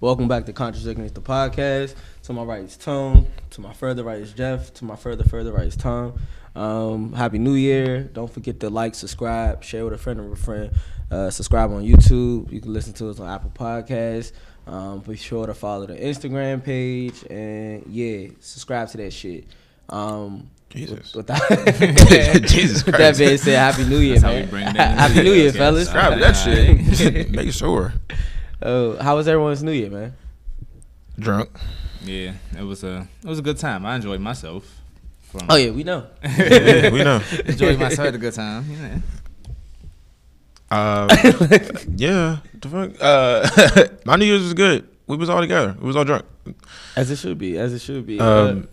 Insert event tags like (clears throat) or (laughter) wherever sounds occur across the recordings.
Welcome back to Contradicting the podcast. To my right is Tone. To my further right is Jeff. To my further further right is Tom. Um, happy New Year! Don't forget to like, subscribe, share with a friend or a friend. Uh, subscribe on YouTube. You can listen to us on Apple Podcasts. Um, be sure to follow the Instagram page and yeah, subscribe to that shit. Um, Jesus. with- without- Jesus With that Christ. being said, Happy New Year, That's how we man. bring (laughs) that in. happy New Year, Yeah, fellas. Subscribe to that shit. (laughs) Make sure. Oh, how was everyone's New Year, man? Drunk. Yeah, it was a it was a good time. I enjoyed myself. From, Oh yeah, we (laughs) know. Yeah, we (laughs) know. (laughs) enjoyed myself. Had a good time. Yeah. Um, yeah. The fuck? Uh, (laughs) my New Year's was good. We was all together. We was all drunk. As it should be. As it should be. Um,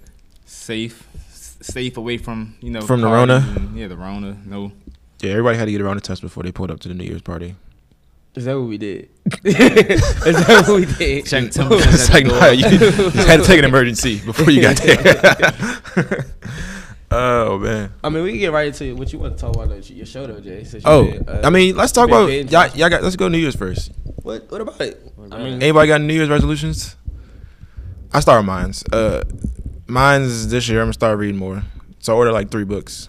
Safe, s- safe away from you know From the parties Rona? and- Yeah, the Rona. No, yeah, everybody had to get around the test before they pulled up to the New Year's party. is that what we did? (laughs) is that what we did? check (laughs) temperature. (laughs) it's like, nah, you you (laughs) had to take an emergency before you got there. (laughs) oh man. I mean, we can get right into what you want to talk about uh, your show, though, Jay. since you Oh, did, uh, I mean, let's talk big about binge. y'all. Y'all got. Let's go New Year's first. what? What about it? I mean, Anybody got New Year's resolutions? I start with mine's. Uh, mine's this year. I'm gonna start reading more. So I ordered like three books.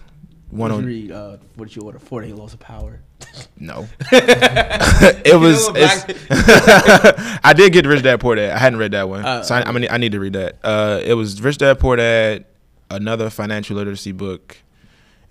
One did on you read uh, what did you order? Four day loss of (laughs) power. (laughs) Mm, no. it was. know, it's- (laughs) I did get Rich Dad Poor Dad. I hadn't read that one, Uh, so I, I'm gonna, I need to read that. Uh, it was Rich Dad Poor Dad, another financial literacy book,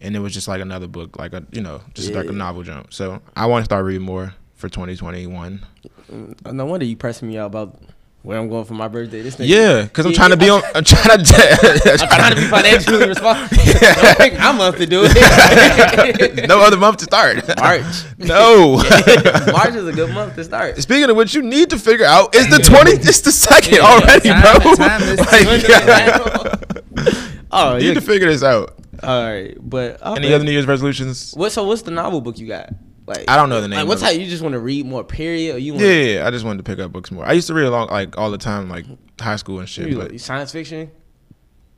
and it was just like another book, like a you know, just like Yeah. a novel jump. So I want to start reading more for 2021. Mm, No wonder you pressed me out about where I'm going for my birthday. This nigga. Yeah, because I'm trying to be on. I'm trying to. (laughs) I'm trying (laughs) to be financially responsible. (laughs) Don't think I'm up to do it. (laughs) no other month to start. (laughs) March. No. (laughs) March is a good month to start. (laughs) Speaking of which, you need to figure out is the twenty. It's the second Yeah, already, time- bro. time (laughs) is Like, dwindling Oh, (laughs) you need yeah. to figure this out. All right, but okay. Any other New Year's resolutions? What? So what's the novel book you got? Like I don't know the name Like what's of how it. you just want to read more? Period. Or you want Yeah, yeah, yeah, I just wanted to pick up books more. I used to read along like all the time, like high school and shit. you But, like science fiction?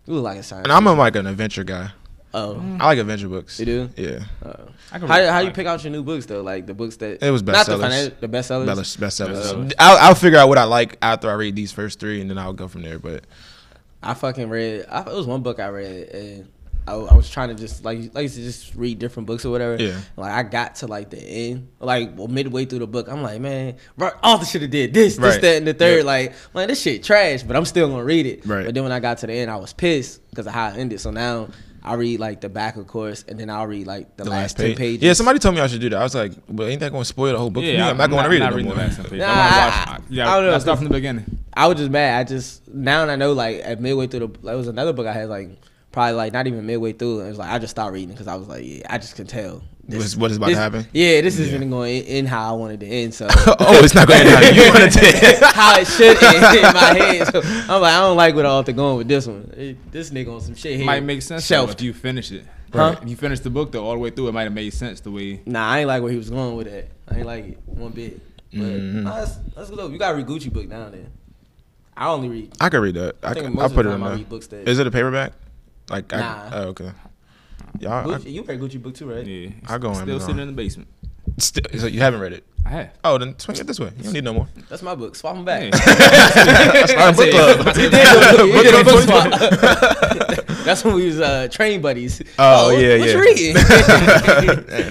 You look like a science. and I'm Mm, a, like an adventure guy. oh. I like adventure books. You do? Yeah, oh. I can How read how you like- pick out your new books though? Like the books that It was Not bestsellers. the, finan- the bestsellers. Best- bestsellers. Bestsellers. I'll, I'll figure out what I like after I read these first three, and then I'll go from there. But I fucking read. I, it was one book I read, and I, I was trying to just like like to just read different books or whatever. Yeah. Like I got to like the end, like well, midway through the book, I'm like, man, bro, all the shit it did this, this, Right. that, and the third. Yep. Like, man, this shit trash, but I'm still gonna read it. Right. But then when I got to the end, I was pissed because of how it ended. So now I read like the back of course, and then I'll read like the, last, two pages. Yeah, somebody told me I should do that. I was like, but ain't that going to spoil the whole book for me? I'm, not going to read I'm it no reading more. the last one, (laughs) please. Nah, I I- want to watch. Yeah, I don't know. let's start from the beginning. I was just mad. I just now I know like at midway through the like, it was another book I had like probably like not even midway through and it was like I just stopped reading because I was like yeah I just can tell What's- what is about to this, happen? (laughs) (laughs) Yeah, this Yeah. isn't going to end how I wanted to end. (laughs) So oh, it's not going to happen. You (laughs) want to how it should end in my head. So I'm like I don't like where the author going with this one. It- this nigga on some shit here. Might make sense though, Shelved. if you finish it. Huh? If you finish the book though all the way through, it might have made sense the way. Nah, I ain't like where he was going with that. I ain't like it one bit. But Mhm. nah, let's, let's look. You got to read Gucci book now and then. I only read. (laughs) I could read that. I, I think could- most I'll of put the it in time I there. read books that. Is it a paperback? Like, Nah. I, oh, okay. Y'all, I, Gucci, you read Gucci book too, right? Yeah, I'll go in Still now. sitting in the basement. still, so you haven't read it. I have. Oh, then swing it this way. You don't need no more. (laughs) (laughs) That's my book. Swap them back. (laughs) Yeah. Start a book club. (laughs) You did a- you Book did a club book 2020. swap. (laughs) That's when we was uh, train buddies. Oh, what- yeah, what yeah. you (laughs) reading? (laughs) Man,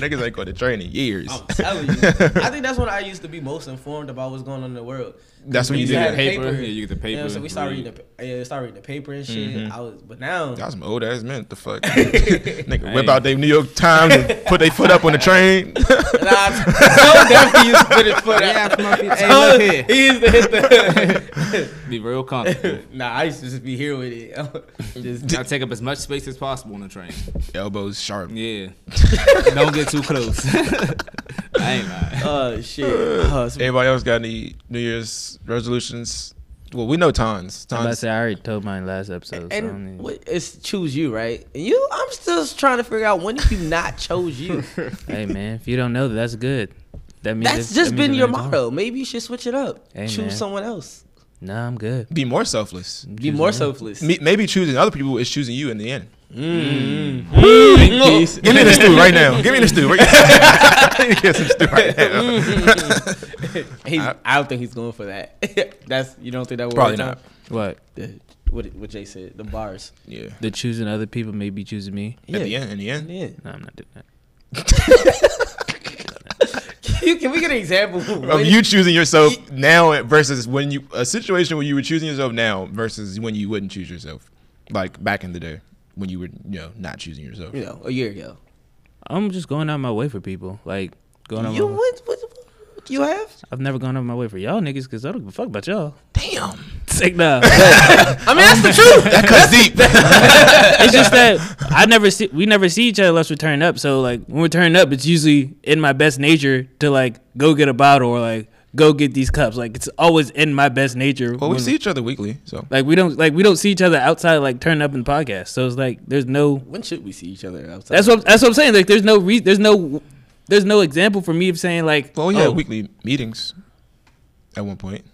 niggas ain't going to train in years. I'm telling you. I think that's when I used to be most informed about what's going on in the world. That's when We you used did to the have the paper. Yeah, you get the know, paper, so we started read. Mm-hmm. reading the pa- yeah, started reading the paper and shit. I was, but now (laughs) (laughs) Y'all some old ass men. The fuck, nigga, whip Hey. out their New York Times and put their foot up on the train. Nah, (laughs) Tone definitely used to put his foot out. (laughs) Tone, he used to hit (laughs) the. (laughs) Be real comfortable. nah, I used to just be here with it. (laughs) just I take up as much space as possible on the train. Elbows sharp. Yeah. Don't get (laughs) too close. I ain't lying. (laughs) oh shit. Oh, so- Everybody else got any New Year's resolutions? Well, we know Tons. I'm about to Tons. say, I already told mine last episode. so I don't And need- what, it's choose you, right? And you, I'm still trying to figure out when did you not chose (laughs) you. hey man, if you don't know, that, that's good. That means That's that just means been it your means- motto. Maybe you should switch it up. Hey, choose man. someone else. Nah, I'm good. Be more selfless. Be Choose more me. selfless. Me- Maybe choosing other people is choosing you in the end. Mm. (laughs) Give me the stew right now. Give me the stew. Right I need to get some stew right now. (laughs) He's, I, don't think he's going for that. (laughs) That's you don't think that would Probably work not. out? What? The- what what Jay said the bars. Yeah. The choosing other people may be choosing me. At the end. In the end. Yeah. No, I'm not doing that. (laughs) You- Can we get an example Of you choosing yourself now versus when you a situation where you were choosing yourself now versus when you wouldn't choose yourself, like back in the day when you were you know not choosing yourself. You know, a year ago. I'm just going out my way for people. Like going out. You my, what, what, what- You have? I've never gone out my way for y'all niggas because I don't give a fuck (laughs) about y'all. Damn. Sick nah. I mean, that's the truth. That cuts deep. (laughs) it's just that I never see we never see each other unless we're turning up. So like when we're turning up, it's usually in my best nature to like go get a bottle or like go get these cups. Like it's always in my best nature. well, we when- see each other weekly, so like we don't like we don't see each other outside like turning up in the podcast. So it's like there's no (laughs) When should we see each other outside? that's what that's what I'm saying. Like there's no re- there's no there's no example for me of saying like well we had oh, weekly meetings at one point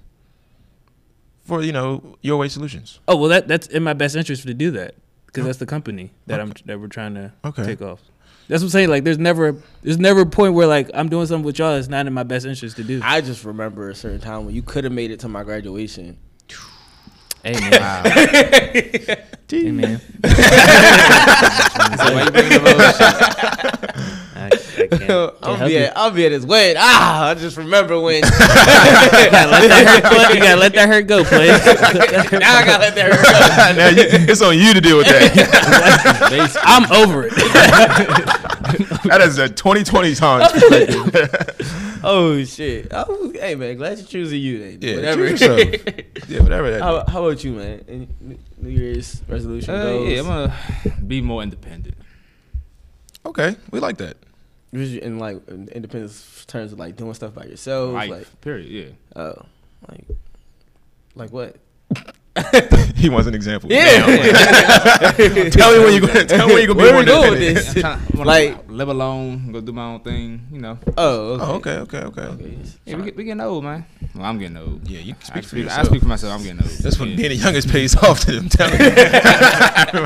for you know your way solutions. oh well that that's in my best interest to do that because that's the company that I'm that we're trying to Okay. take off. That's what I'm saying. Like there's never there's never a point where like I'm doing something with y'all that's not in my best interest to do. (laughs) I just remember a certain time when you could have made it to my (laughs) graduation. Hey man. Hey man. So (laughs) why you bringing up old shit? I, I (laughs) can't, can't I'll help be you. at I'll be at his wedding. Ah, I just remember when. (laughs) now You gotta let that (laughs) hurt go. (laughs) You gotta let that (laughs) hurt go, please. I gotta let that now (laughs) you, it's on you to deal with that. (laughs) I'm over it. that is a (laughs) 2020 time. go. Oh shit! I was- hey man, glad you're choosing you. Then. Yeah, whatever. (laughs) choose yourself. yeah, whatever that. how, how about you, man? Any New Year's resolution Uh, goals? yeah, I'm gonna be more independent. okay, we like that. (laughs) Usually in like in independence terms of like doing stuff by yourself, Life, like period. oh, like like what? he wants an example. (laughs) Yeah. Now. tell me when you gonna tell me when you gonna be Where more we going with independent. this? Yeah, I'm (laughs) trying, to Like- like live alone, go do my own thing. You know, Oh, okay. Oh, okay, okay, okay. Okay. yeah, we, get, we getting old, man. Well, I'm getting old. Yeah, you can I speak for speak, yourself. I speak for myself. I'm getting old. That's when Yeah. being the youngest pays (laughs) off to them. Tell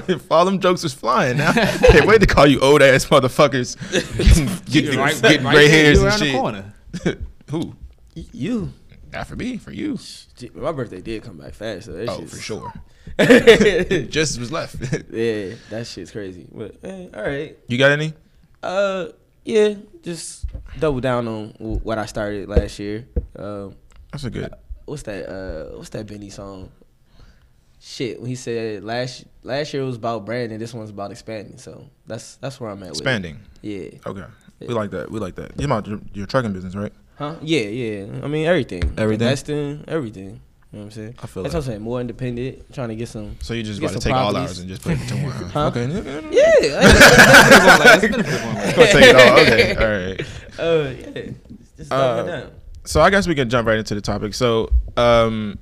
me. (laughs) All them jokes was flying now. Can't wait to call you old ass motherfuckers. get Yeah, get, right- get right gray there, hairs you and around the shit. (laughs) corner. Who? You. Not for me, for you. Shit, My birthday did come back fast, so that Oh, shit's- for sure. Just was left. (laughs) (laughs) yeah, that shit's crazy. But eh, all right, you got any? uh, yeah, just double down on wh- what I started last year. Um, That's a good. what's that? Uh, what's that Benny song? Shit, when he said last last year was about branding, this one's about expanding. So that's that's where I'm at. Expanding. With it. Yeah. Okay. We like that. We like that. You're about your, your trucking business, right? Huh? Yeah, yeah. I mean everything. Everything? Investing, everything. You know what I'm saying? I feel That's that. what I'm saying. More independent, trying to get some. So you just Get about to some take all properties. ours and just put it to one. huh? Huh? Okay. Gonna Yeah. (laughs) I- take it all. Okay. All right. uh, yeah. Just double Uh, down. so I guess we can jump right into the topic. So um,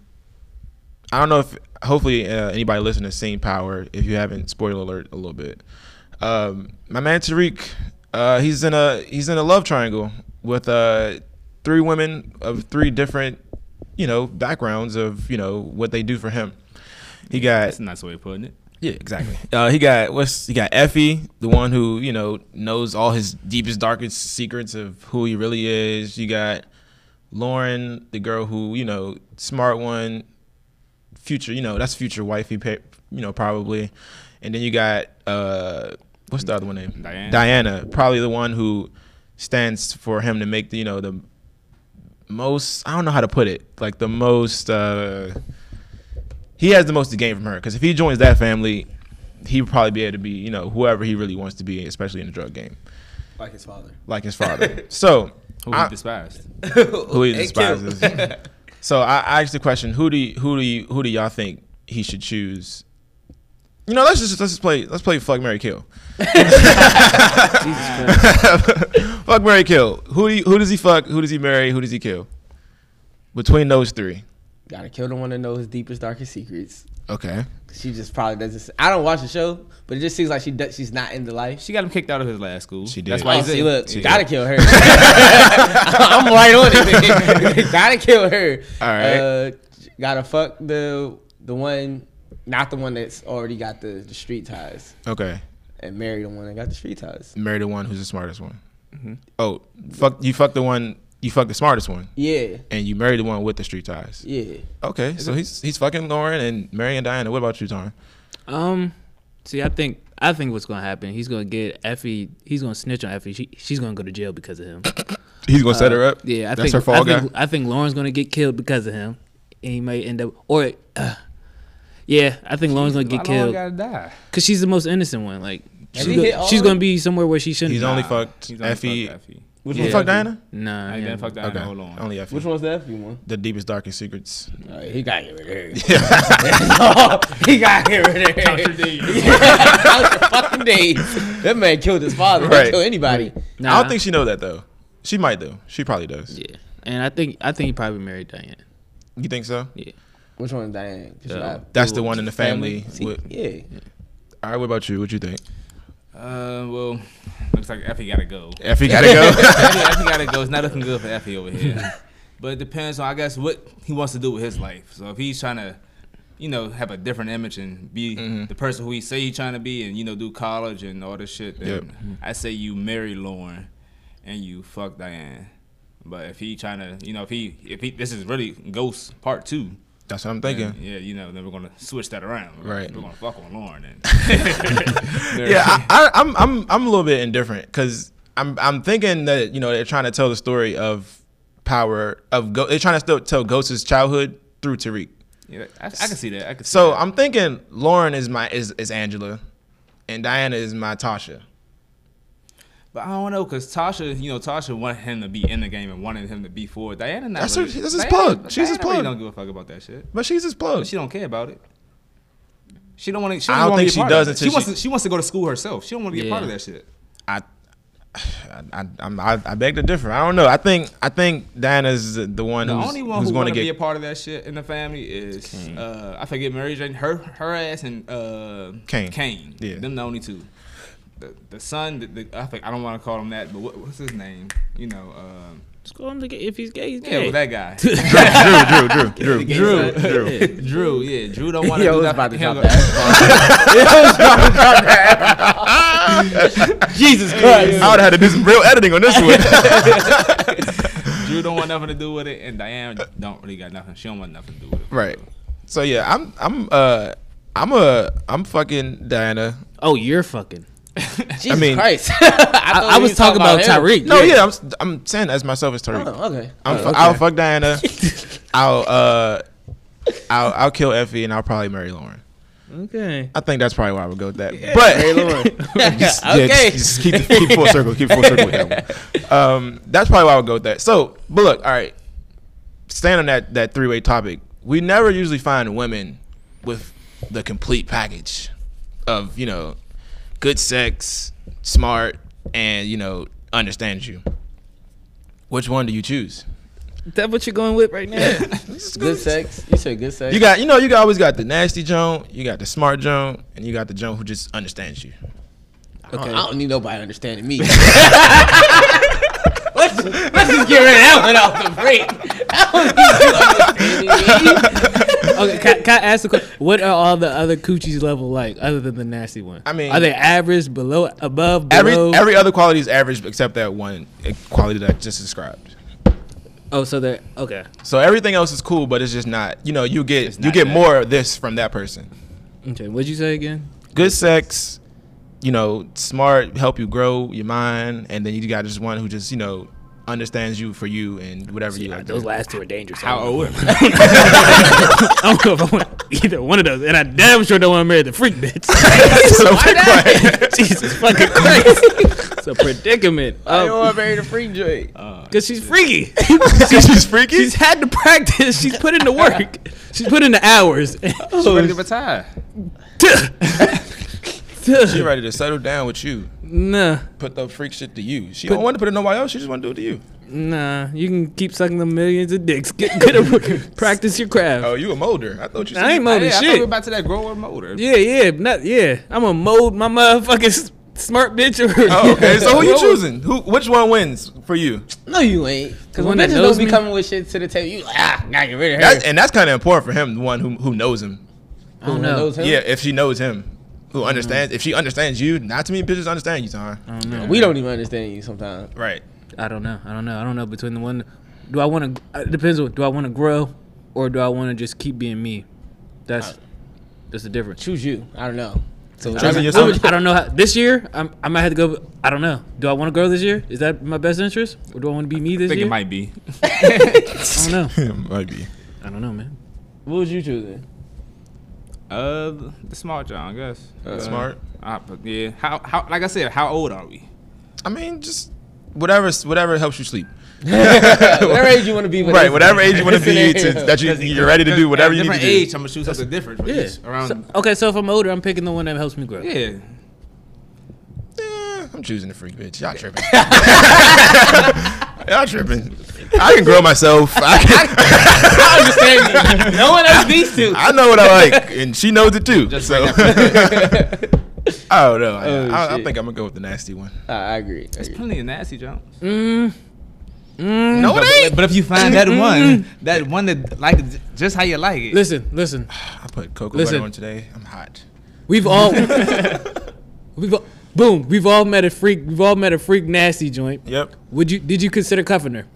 I don't know if hopefully uh, anybody listening has seen Power. If you haven't, spoiler alert a little bit. Um, my man Tariq, uh, he's in a he's in a love triangle with uh, three women of three different you know backgrounds of you know what they do for him. He got That's a nice way of putting it. yeah, exactly. (laughs) Uh, he got what's he got Effie, the one who you know knows all his deepest, darkest secrets of who he really is. You got Lauren, the girl who you know, smart one, future. You know, that's future wifey. pa- You know, probably. And then you got uh, what's the other one name? Diana. Diana, probably the one who stands for him to make the you know the most. I don't know how to put it. Like the most. Uh, he has the most to gain from her because if he joins that family, he would probably be able to be, you know, whoever he really wants to be, especially in the drug game, Like his (laughs) father. like his father. so, Who I, we despised? who who he despises. (laughs) so I, I asked the question: Who do you, who do you, who do y'all think he should choose? You know, let's just let's just play let's play fuck Mary Kill. Jesus Christ. (laughs) fuck Mary Kill. Who do you, who does he fuck? Who does he marry? Who does he kill? Between those three, Gotta kill the one that knows his deepest, darkest secrets. okay. She just probably doesn't. I don't watch the show, but it just seems like she does, she's not in the life. She got him kicked out of his last school. She That's did. why Oh, he's see, in. look, Yeah. gotta kill (laughs) her. I'm right on (laughs) it. nigga. gotta kill her. All right. Uh, gotta fuck the the one Not the one that's already got the, the street ties Okay. and marry the one that got the street ties. Marry the one who's the smartest one. Mhm. Oh, fuck! You fuck the one. You fuck the smartest one, Yeah, and you marry the one with the street ties. yeah. Okay, so he's he's fucking Lauren and marrying Diana. What about you, Tom? Um, see, I think I think what's gonna happen. He's gonna get Effie. He's gonna snitch on Effie. She, she's gonna go to jail because of him. He's gonna (clears throat) set her Uh, up. Yeah, I That's think her fall I think, guy? I think Lauren's gonna get killed because of him, and he might end up or. (sighs) Uh, yeah, I think Lauren's gonna get How long killed gotta die? because she's the most innocent one. Like Has she's he go- hit all she's of gonna them? be somewhere where she shouldn't. He's be. only fucked He's only Effie. fucked Effie. Which You one's Yeah. fuck Effie? Diana? Nah, I him. didn't fuck that. Okay, Hold on. only Effie. Which one's the Effie one? The deepest, darkest secrets. All right, he got to get rid of her. (laughs) he got to get rid of her. Count your days. (laughs) fucking days. That man killed his father. Right. He'll kill anybody. I Nah. don't think she know that though. She might though. She probably does. Yeah, and I think I think he probably married Diane. You think so? Which one is Diane? 'Cause she Yeah. got- That's the one in the family. See, What- yeah. all right, what about you? What you think? Uh, well, looks like Effie gotta (laughs) go. Effie gotta go. Effie, Effie gotta go. It's not looking good for Effie (laughs) over here. But it depends on, I guess, what he wants to do with his life. So if he's trying to, you know, have a different image and be Mm-hmm. the person who he say he's trying to be, and you know, do college and all this shit, then Yep. I say you marry Lauren and you fuck Diane. But if he trying to, you know, if he if he this is really Ghost Part Two. That's what I'm then, thinking. yeah, you know, then we're gonna switch that around. Right. We're gonna fuck on Lauren. Then. (laughs) Yeah, (laughs) I, I, I'm I'm I'm a little bit indifferent because I'm I'm thinking that you know they're trying to tell the story of power of Go- they're trying to still tell Ghost's childhood through Tariq. Yeah, I, I can see that. I can see So that. I'm thinking Lauren is my is is Angela, and Diana is my Tasha. But I don't know because Tasha, you know, Tasha wanted him to be in the game and wanted him to be forward. Diana, not That's her- really, that's his Diana- plug. She's his Diana really plug. Don't give a fuck about that shit. But she's his plug. She don't care about it. She don't want to. She I don't don't wanna think be a she part does of that. until She wants. she- To, she wants to go to school herself. She don't want to be a part Yeah. of that shit. I, I, I, I, I beg to differ. I don't know. I think I think Diana's the one The who's, only one who's who going want to to be a get part of that shit in the family is uh, I forget Mary Jane, her her ass and uh, Kane. Kane. Yeah. them the only two. The, the son, the, the, I, think, I don't want to call him that, but what, what's his name? You know, um Just call him to get, if he's gay, he's yeah, gay. well, (laughs) that guy. Drew, Drew, Drew, (laughs) Drew. Drew, Drew, Drew. Drew, yeah, Drew don't want (laughs) to Yo, do it's that. about to him drop go- Jesus Christ. I would have had to do some real editing on this (laughs) one. (laughs) Drew don't want nothing to do with it, and Diane don't really got nothing. She don't want nothing to do with it. right. So yeah, I'm I'm uh I'm a I'm fucking Diana. oh, you're fucking. Jesus I mean- Christ. I, thought (laughs) I, I we was was talking about, him. Tyreek. No, yeah, I'm s- I'm saying as myself as Tariq. Oh, okay. I'm, fu- I'll (laughs) fuck Diana. I'll uh I'll I'll kill Effie and I'll probably marry Lauren. Okay. I think that's probably why I would go with that. But Hey, (laughs) Lord. just, yeah, okay. just, just keep keep full circle. Keep full circle with that (laughs) one. Um, that's probably why I would go with that. So, but look, all right. Staying on that that three way topic, we never usually find women with the complete package of you know good sex, smart, and you know understands you. Which one do you choose? That what you're going with (laughs) right now? good sex. You said good sex. You got you know you got, always got the nasty Joan, you got the smart Joan, and you got the Joan who just understands you. I don't- I don't need nobody understanding (laughs) me. let's, let's just get rid of (laughs) that one off the break. I don't need you understanding me. okay, can, can I ask the question? What are all the other coochies level like, other than the nasty one? I mean- are they average, below, above, Every below? every other quality is average except that one quality that I just described. oh, so they're okay. So everything else is cool, but it's just not. You know, you get you not get that. more of this from that person. Okay, what'd you say again? Good sex, you know, smart, help you grow your mind, and then you got just one who just you know understands you for you and whatever you like. Uh, Those to do. last two are dangerous. How old? (laughs) I don't know if I want either one of those, and I damn sure don't want to marry the freak bitch. (laughs) So pick one. (laughs) Jesus fucking Christ! it's a predicament. I don't Um, want to marry the free joint. Cause (laughs) she's freaky. She's freaky? She's had to practice. She's put in the work. She's put in the hours. (laughs) Oh, ready to retire. She ready to settle down with you. nah, Put the freak shit to you. She don't want to put it nobody else. She just want to do it to you. nah. You can keep sucking the millions of dicks. Get good (laughs) at work. practice your craft. Oh, you a molder? I thought you. I ain't molder. yeah, molding I thought we shit. were about to that grower motor. yeah, yeah, not yeah. I'm gonna mold my motherfucking s- smart bitch. Or Oh, okay. So (laughs) who you choosing? Who? Which one wins for you? No, you ain't. The Because when one that bitches knows don't be me? coming with shit to the table, you like, ah, gotta get rid of her. That's, and that's kind of important for him, the one who who knows him. I don't know. knows him? Yeah, if she knows him, who understands? If she understands you, not too many bitches understand you, Tom. I don't know. We don't even understand you sometimes. Right. I don't know. I don't know. I don't know between the one. Do I want to? It depends. on Do I want to grow, or do I want to just keep being me? That's Uh. that's the difference. Choose you. I don't know. So Choosing whatever- yourself. whatever- I don't know. How, this year, I'm, I might have to go. I don't know. Do I want to grow this year? Is that my best interest, or do I want to be me I this think year? it might be. I don't know. Might be. I don't know, man. What was you (laughs) choosing? Uh, the smart John, I guess. Uh, Smart. I, but yeah. How? How? Like I said, how old are we? I mean, just whatever, whatever helps you sleep. whatever age you want to be. with Right. us. Whatever age you want to be to, that you you're ready to do whatever At you a need to different do. age, I'm gonna choose something different. For Yeah. each, around. Um, So- okay, so if I'm older, I'm picking the one that helps me grow. yeah. Eh, I'm choosing the freak bitch. Y'all tripping. (laughs) Y'all tripping. I can grow myself. I, can, I (laughs) (laughs) understand you. No one else needs to. I know what I like, and she knows it too. so (laughs) I don't know. I, Oh, I, I shit. think I'm gonna go with the nasty one. I, I agree. I There's agree. plenty of nasty Jones. No, Mm. but, it ain't. But if you find that one, that one that like it j- just how you like it. Listen, listen. I put cocoa Listen. butter on today. I'm hot. We've all (laughs) we've all, boom. We've all met a freak. We've all met a freak nasty joint. Yep. Would you? Did you consider cuffing her?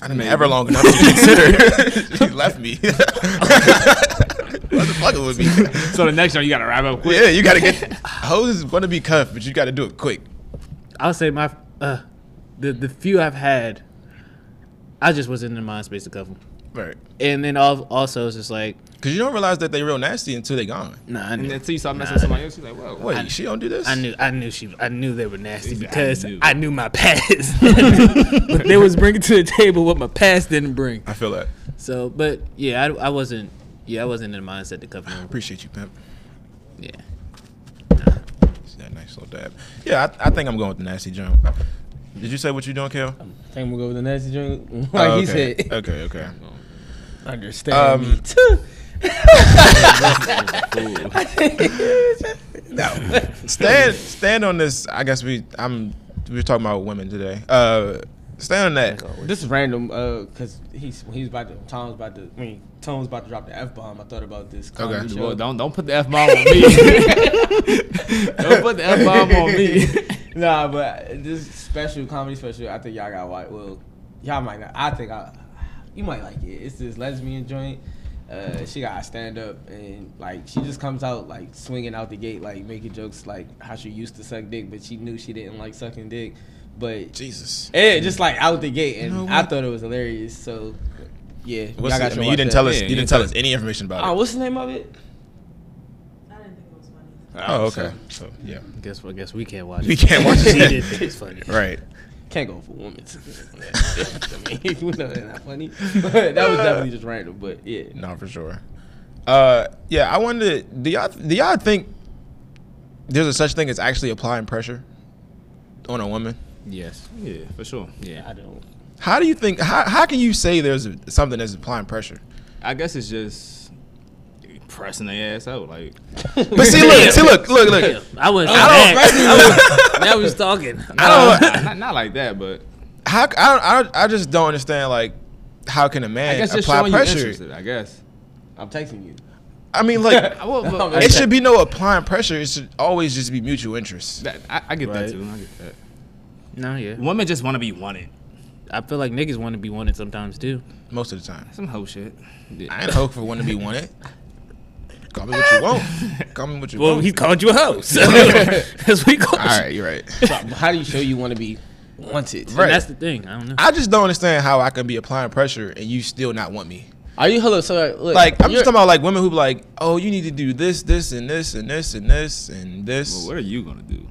I didn't ever long enough to consider. (laughs) she left me. Wasn't fucking with me. So the next one you gotta wrap up quick. Yeah, you gotta get. Hoes is gonna be cuffed, but you gotta do it quick. I'll say my uh, the the few I've had, I just wasn't in the mind space to cuff them. Right. And then al- also it's just like Cause you don't realize that they real nasty until they gone. nah, I And knew, then until you start messing with somebody else, you're like, whoa. Wait, she don't do this. I knew, I knew she, I knew they were nasty said, "I because I knew." knew, (laughs) my past, but (laughs) they was bringing to the table what my past didn't bring. I feel that. So, but yeah, I, I wasn't, yeah, I wasn't in the mindset to cuff I them. appreciate you, pimp. Yeah, See that nice little dab. Yeah, I, I think I'm going with the nasty jump. Did you say what you doing, Kel? Oh, I think we'll go with the nasty drink. Oh, (laughs) Like he okay. said. Okay, (laughs) okay. Understand (laughs) Um, me too. Stand stand on this. I guess we I'm we were talking about women today. Uh, stand on that. This is random because he's he's about to Tom's about to I mean Tone's about to drop the f bomb. I thought about this. comedy Okay. show. Well, don't don't put the f bomb on me. (laughs) don't put the f bomb on me. (laughs) nah, but this special comedy special, I think y'all got white. Well, y'all might not. I think I, you might like it. It's this lesbian joint. Uh, she got stand up and like she just comes out like swinging out the gate, like making jokes like how she used to suck dick, but she knew she didn't like sucking dick. But Jesus. yeah, just like out the gate, and You know I what? thought it was hilarious. So yeah, y'all What's got it? I your mean, you watch didn't that. tell us. Yeah, you you didn't tell tell us any information about Oh, it. what's the name of it? I didn't think it was funny. Oh, okay. So yeah, guess what? Guess we can't watch. we it. can't watch She did it. think it's funny. right. Can't go for women. (laughs) I mean, (laughs) you know that's not funny. that was definitely just random, but yeah. No, for sure. Uh, yeah, I wonder. Do y'all do y'all think there's a such thing as actually applying pressure on a woman? Yes. Yeah, for sure. Yeah. I don't. How do you think? How, how can you say there's a, something that's applying pressure? I guess it's just pressing their ass out. Like But see, look, see, look, look, Yeah, look. (laughs) I wasn't. I don't- I was, now we was talking. I don't. (laughs) not, not like that, but How I don't, I don't. I just don't understand. Like, how can a I man guess just apply showing you pressure? interested. I guess. I'm texting you. I mean, like, I, Uh, well, (laughs) well, Okay. it should be no applying pressure. It should always just be mutual interest. that, I, I get Right. that too. I get that. (laughs) No, yeah. Women just want to be wanted. I feel like niggas want to be wanted sometimes too. Most of the time, Some hoe shit. Yeah. I ain't hope for one to be wanted. Call me what you want. Call me what you Well, want. he called you a hoe. So (laughs) that's what he called All you. right, you're right. So, how do you show you want to be wanted? Right. And that's the thing. I don't know. I just don't understand how I can be applying pressure and you still not want me. Are you hello? So look, Like I'm just you're- talking about like women who be like, oh, you need to do this, this, and this, and this, and this, and Well, this. what are you gonna do?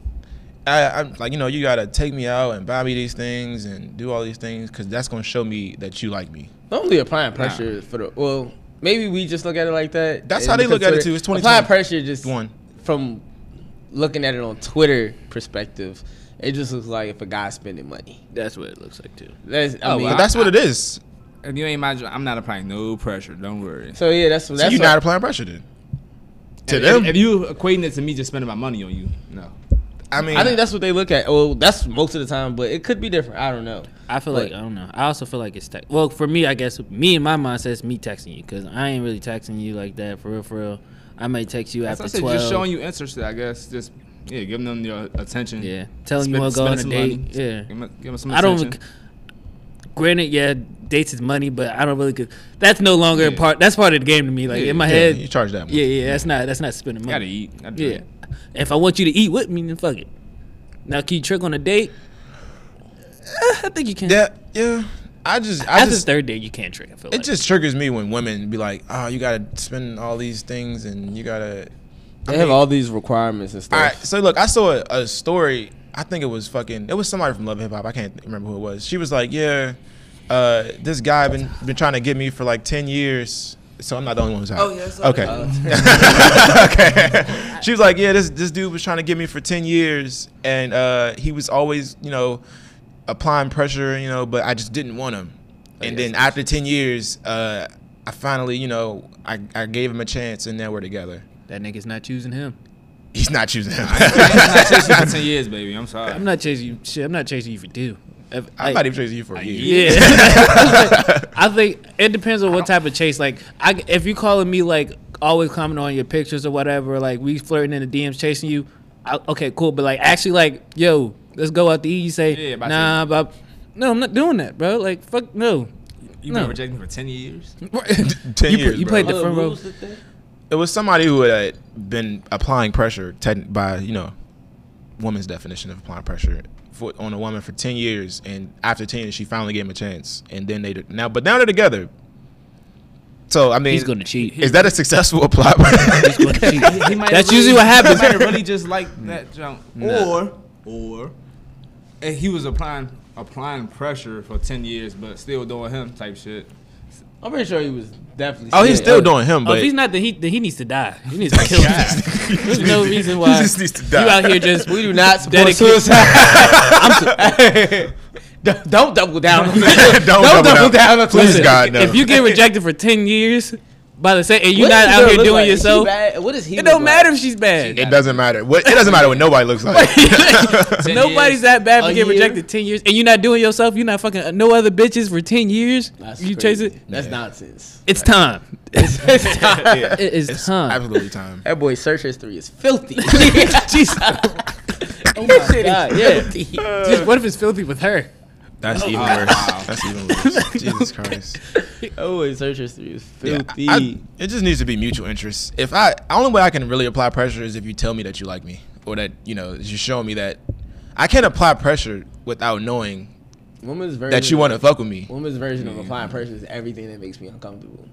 I, I'm like, you know, you gotta take me out and buy me these things and do all these things because that's gonna show me that you like me. Don't be applying pressure for the well. Maybe we just look at it like that. That's and how they look at it, consider- too. It's 2020. Applying pressure just One, from looking at it on Twitter perspective. It just looks like if a guy's spending money. That's what it looks like too. That's, I Oh, mean, but well, that's what it is. If you ain't my, jo- I'm not applying no pressure. Don't worry. so yeah, that's So that's you what- not applying pressure then. To if, them, if you equating it to me just spending my money on you, no. I mean, I think that's what they look at. Well, that's most of the time, but it could be different. I don't know. I feel like, But- I don't know. I also feel like it's text. Well, for me, I guess me in my mind says me texting you because I ain't really texting you like that for real, for real. I may text you That's what I after said, twelve. just showing you interest. I guess just yeah, giving them your attention. yeah, telling you we'll go on a date. Yeah, give them, give them some I attention. don't. Granted, yeah, dates is money, but I don't really. Could, that's no longer a Yeah. part. That's part of the game to me. Like Yeah, in my Yeah, head. you charge that one. Yeah, yeah, that's not that's not spending gotta money. eat. Gotta Yeah, drink. if I want you to eat with me, then fuck it. Now, can you trick on a date? Eh, I think you can. Yeah, yeah. I just, I After just, the third date, you can't trick. I feel it like. just triggers me when women be like, "Oh, you gotta spend all these things, and you gotta." They have all these requirements and stuff. All right, so look, I saw a, a story. I think it was fucking. It was somebody from Love and Hip Hop. I can't remember who it was. She was like, "Yeah, uh, this guy been been trying to get me for like ten years." So I'm not the only one who's out. Oh, yeah, sorry. Okay. (laughs) okay. (laughs) She was like, "Yeah, this this dude was trying to get me for ten years, and uh, he was always, you know, applying pressure, you know, but I just didn't want him. And then after ten years, uh, I finally, you know, I, I gave him a chance, and now we're together. that nigga's not choosing him. He's not choosing him. That's not (laughs) chasing for ten years, baby. I'm sorry. (laughs) I'm not chasing you. Shit, I'm not chasing you for two. If- I'm like- not even chasing you for a year. Yeah, (laughs) I think it depends on what type of chase. Like, I if you calling me like always commenting on your pictures or whatever, like we flirting in the DMs chasing you. I, okay, cool. But like actually, like yo, let's go out to eat. You say Yeah, about nah, but no, I'm not doing that, bro. Like (laughs) fuck no. You've No. been rejecting me for ten years. (laughs) Ten you pl- years. you bro. played the Other front row. rules that they- it was somebody who had been applying pressure ten, by you know, woman's definition of applying pressure for, on a woman for ten years, and after ten years, she finally gave him a chance, and then they did- now, but now they're together. So I mean, He's gonna cheat. Is that a successful apply? (laughs) He's gonna cheat. He might That's really- usually what happens. He might really just like that junk, Nah. or or and he was applying applying pressure for ten years, but still doing him type shit. I'm pretty sure he was definitely. oh, he's Yeah. still doing him, Oh, but (laughs) if he's not, then he then he needs to die. He needs to kill (laughs) himself. There's no reason why just needs to you die. out here just we do not Support suicide. Don't- Don't double down. on that. don't, double down. on Please, Twitter. God, no. If (laughs) you get rejected for ten years by the same, and you're What not does out girl here look doing like? Is she yourself, bad? What is he? it look don't matter Like? if she's (laughs) bad. it doesn't matter. What it doesn't matter what nobody looks like. (laughs) (laughs) (laughs) Nobody's that bad for A year? getting rejected ten years, and you're not doing yourself. You're not fucking no other bitches for ten years. That's you crazy. chase it. That's Yeah. nonsense. (laughs) It's time. It's time. Yeah. It is It's time. absolutely time. That boy's search history is filthy. (laughs) (laughs) Jesus. oh my god, yeah. Just what if it's filthy with her? That's even worse. That's even worse. Jesus Christ. That boy's search history is Yeah, filthy. I- it just needs to be mutual interest. If I, the only way I can really apply pressure is if you tell me that you like me, or that you know you show me that. I can't apply pressure without knowing woman's version that you want to fuck with me. Woman's version of applying pressure is everything that makes me uncomfortable,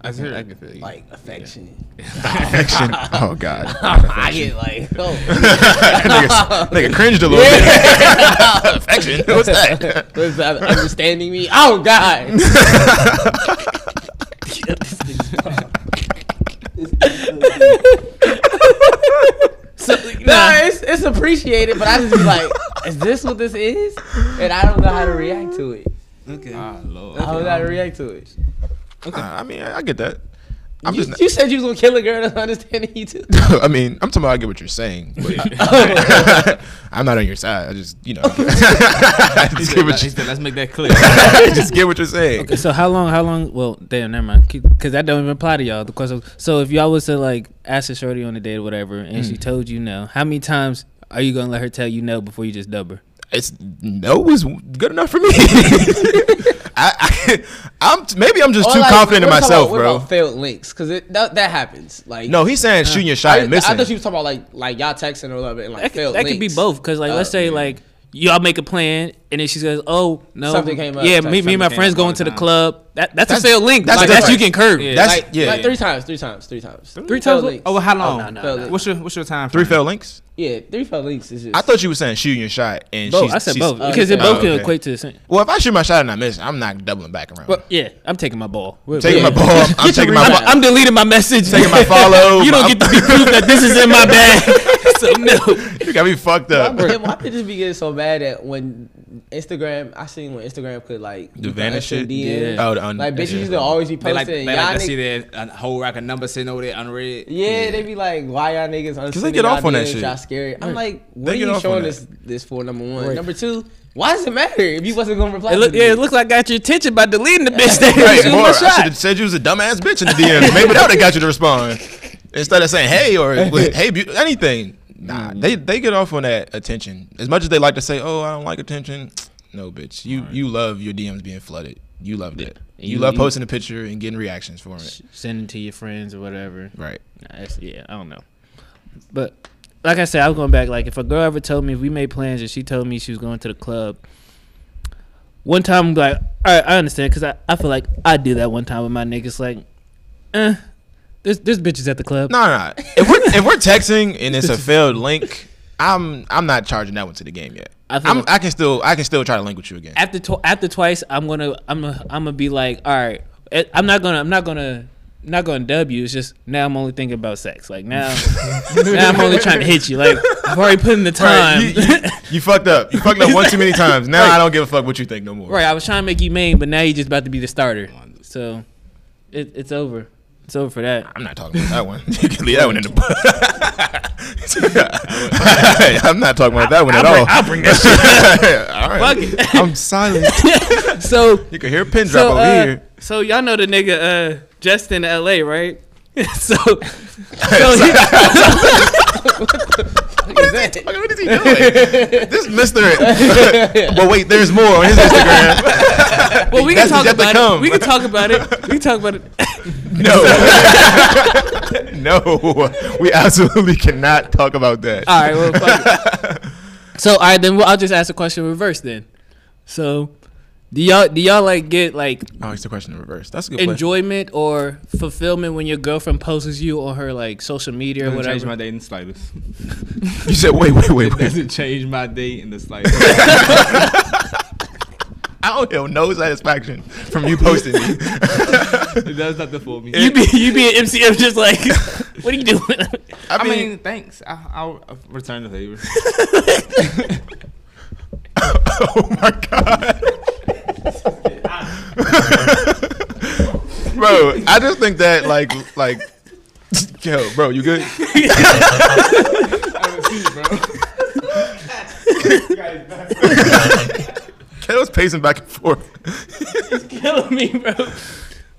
I hear I it. can feel you. like affection. (laughs) Affection. Oh God. (laughs) I get like, oh, (laughs) (laughs) nigga, nigga cringed a little bit. (laughs) Affection. What's (laughs) that? was that understanding me? Oh god. No, it's, it's appreciated, but I just be like, is this what this is? And I don't know how to react to it. Ah, Lord. I don't know how to react to it. Nah, (laughs) I mean, I, I get that. I'm You, just. you said you was gonna kill a girl that's understanding you too. not- (laughs) I mean, I'm talking about. I get what you're saying. (laughs) Oh, But (laughs) I'm not on your side. I just, you know, (laughs) I He just said, get "Let- what he you (laughs) said, let's make that clear. just get what you're saying. Okay, so how long? How long? Well, damn, never mind. Because that don't even apply to y'all. The question. So if y'all was to like ask a shorty on a date or whatever, and she told you no, how many times are you gonna let her tell you no before you just dub her? It's no was good enough for me. (laughs) I, I I'm maybe I'm just Or too Oh, like, confident in we're talking about- myself, we're bro. About failed links, cause it, that, that happens. Like No, he's saying shooting your I, shot and I missing. thought you was talking about like like y'all texting or whatever and like That, could, failed that could be links. both. Because like, let's Oh, say yeah. like y'all make a plan, and then she says, "Oh no, Something came up. Yeah, Like, me, me and my something friends came up all going to the the time. club. That, that's, That's- a failed link. that's Like, that's you different. can curb. Yeah. That's like, yeah, like three times, three times, three times, Three Failed times. links. Oh, well, how Oh, long? no, no, Failed no. links. What's your what's your time? three frame? failed links. Yeah, three failed links is just. I thought you were saying shooting your shot and Both. she's, I said she's- both uh, because it yeah. both Oh, can okay. equate to the same. Well, if I shoot my shot and I miss, I'm not doubling back around. But yeah, I'm taking my ball. We're- taking my we're- ball, (laughs) I'm taking my rewind. ball, I'm, I'm deleting my message. taking my follow. you don't my- get to be proof that this is (laughs) in my bag. so no. you got me fucked Why, (laughs) up. (laughs) why, why people just be getting so mad at when Instagram? I seen when Instagram could like The vanish shit? DMs. Yeah. Oh, the un- like bitches yeah. used to always be They like, posting. they y'all like to nigg- see that a whole rack of numbers sitting over there unread. yeah, they be like, why y'all niggas? Because they get off on that shit. Y'all scary. I'm like, what They are get you off on showing that. this this for? Number one, number two, Why does it matter if you wasn't gonna reply? It to look, the yeah, it bitch? looks like I got your attention by deleting the bitch. (laughs) That Right, was more, my I shot. should have said you was a dumbass bitch in the DM. Maybe that would have got you to respond instead of saying hey or (laughs) hey be- anything. Nah, they they get off on that attention as much as they like to say, oh, I don't like attention. No, bitch, you you love your DMs being flooded. You love that. And You, you- love you- posting a picture and getting reactions for it. Sh- Send it to your friends or whatever. Right. Nah, that's- yeah, I don't know. But like I said, I was going back. Like if a girl ever told me if we made plans and she told me she was going to the club, one time I'm like, all right, I understand because I, I feel like I did that one time with my niggas. Like, eh, this this bitch is at the club. No, no. no. If we're if we're texting and (laughs) it's a failed link, I'm I'm not charging that one to the game yet. I I, think- am I can still I can still try to link with you again. After tw- after twice, I'm gonna I'm gonna, I'm gonna be like, all right, eh, I'm not gonna I'm not gonna. Not gonna dub you. It's just now I'm only thinking about sex. (laughs) Like now, now I'm only trying to hit you. Like I've already put in the time. Right, you, you- you fucked up. You fucked up one too many times. Now I don't give a fuck what you think no more. (laughs) Right, I was trying to make you main, but now you're just about to be the starter. So it, it's over. It's over for that. I'm not talking about that (laughs) one. You can leave that one in the book. (laughs) I'm not talking about that one at all. I'll bring that shit. (laughs) all right. I'm silent. So You can hear a pin drop (laughs) so, over uh, here. so y'all know the nigga uh, Justin L.A. right? (laughs) (laughs) so so he, what, (laughs) is he, talking- what is he doing? This (laughs) Mister. but wait, there's more on his Instagram. well we can That's talk yet to about it. come. We can talk about it. (laughs) We can talk about it. (laughs) (laughs) No, no, we absolutely cannot talk about that. All right, well, fuck it. So all right, then well, I'll just ask the question in reverse then. So do y'all do y'all like get like Oh, it's the question in reverse. That's a good question. enjoyment or fulfillment when your girlfriend posts you on her like social media or Doesn't change whatever? my date in the slightest. You said, wait, (laughs) wait, (laughs) wait, wait. Doesn't change my date in the slightest. (laughs) I don't feel no satisfaction from you posting me. it does nothing for me. You be you be an MCM just like what are you doing? (laughs) I (laughs) I mean, mean, thanks. I, I'll I'll return the favor. oh my god, (laughs) bro! I just think that like like. Yo, bro, you good? Kato's pacing back and forth. Killing me, bro.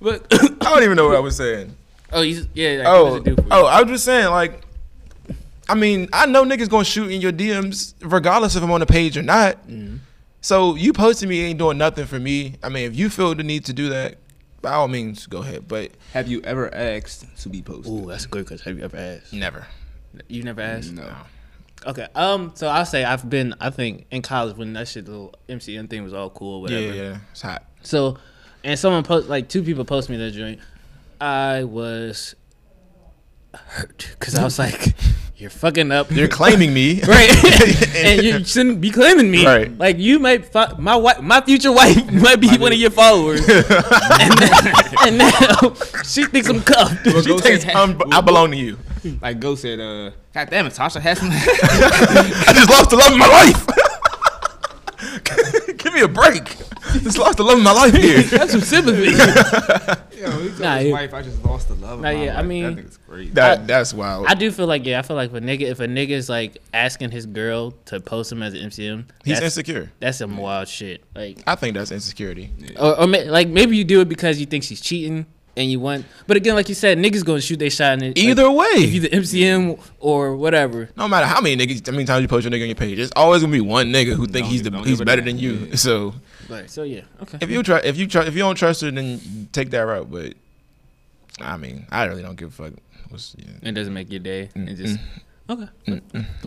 But (coughs) I don't even know what I was saying. oh, you, yeah. Like, oh, Oh, oh, I was just saying, like, I mean, I know niggas gonna shoot in your DMs regardless if I'm on the page or not. Mm-hmm. So you posting me ain't doing nothing for me. I mean, if you feel the need to do that, by all means, go ahead. But Have you ever asked to be posted? Ooh, that's a good question. Have you ever asked? never. You never asked. Oh, No. Okay. Um. So I'll say I've been. I think in college when that shit, the little MCM thing was all cool, Yeah, whatever. yeah, yeah, it's hot. So, and someone post like two people post me that joint. I was hurt because I was like, (laughs) "You're (laughs) fucking up. You're claiming me, (laughs) Right, and you shouldn't be claiming me. Right. Like you might, fi- my wife, my future wife (laughs) might be one of (laughs) your followers, and, and now (laughs) she thinks I'm (laughs) cuffed. Well, she go say thinks ha- I'm, I belong to you. (laughs) Like Go said, uh, God damn it, Tasha has (laughs) some. I just lost the love of my life. (laughs) Give me a break. Just lost the love of my life here. (laughs) That's (laughs) some sympathy. Yo, he told Nah, his yeah. wife, I just lost the love of Nah, my yeah, life." I That mean- nigga's (laughs) crazy. (laughs) That, that's wild. I do feel like yeah, I feel like if a nigga if a nigga is like asking his girl to post him as an MCM, He's that's, insecure. that's some wild shit. Like I think that's insecurity. or, or ma- like maybe you do it because you think she's cheating and you want, but again, like you said, niggas gonna shoot they shot in it, like, Either way, if you the MCM or whatever. No matter how many niggas, how many times you post your nigga on your page, there's always gonna be one nigga who think Don't- he's the, don't he's give a better damn. than you. (laughs) So So yeah, okay. if you try, if you try, if you don't trust her, then take that route. But I mean, I really don't give a fuck. What's, yeah. It doesn't make your day. It just Mm. Okay. Post it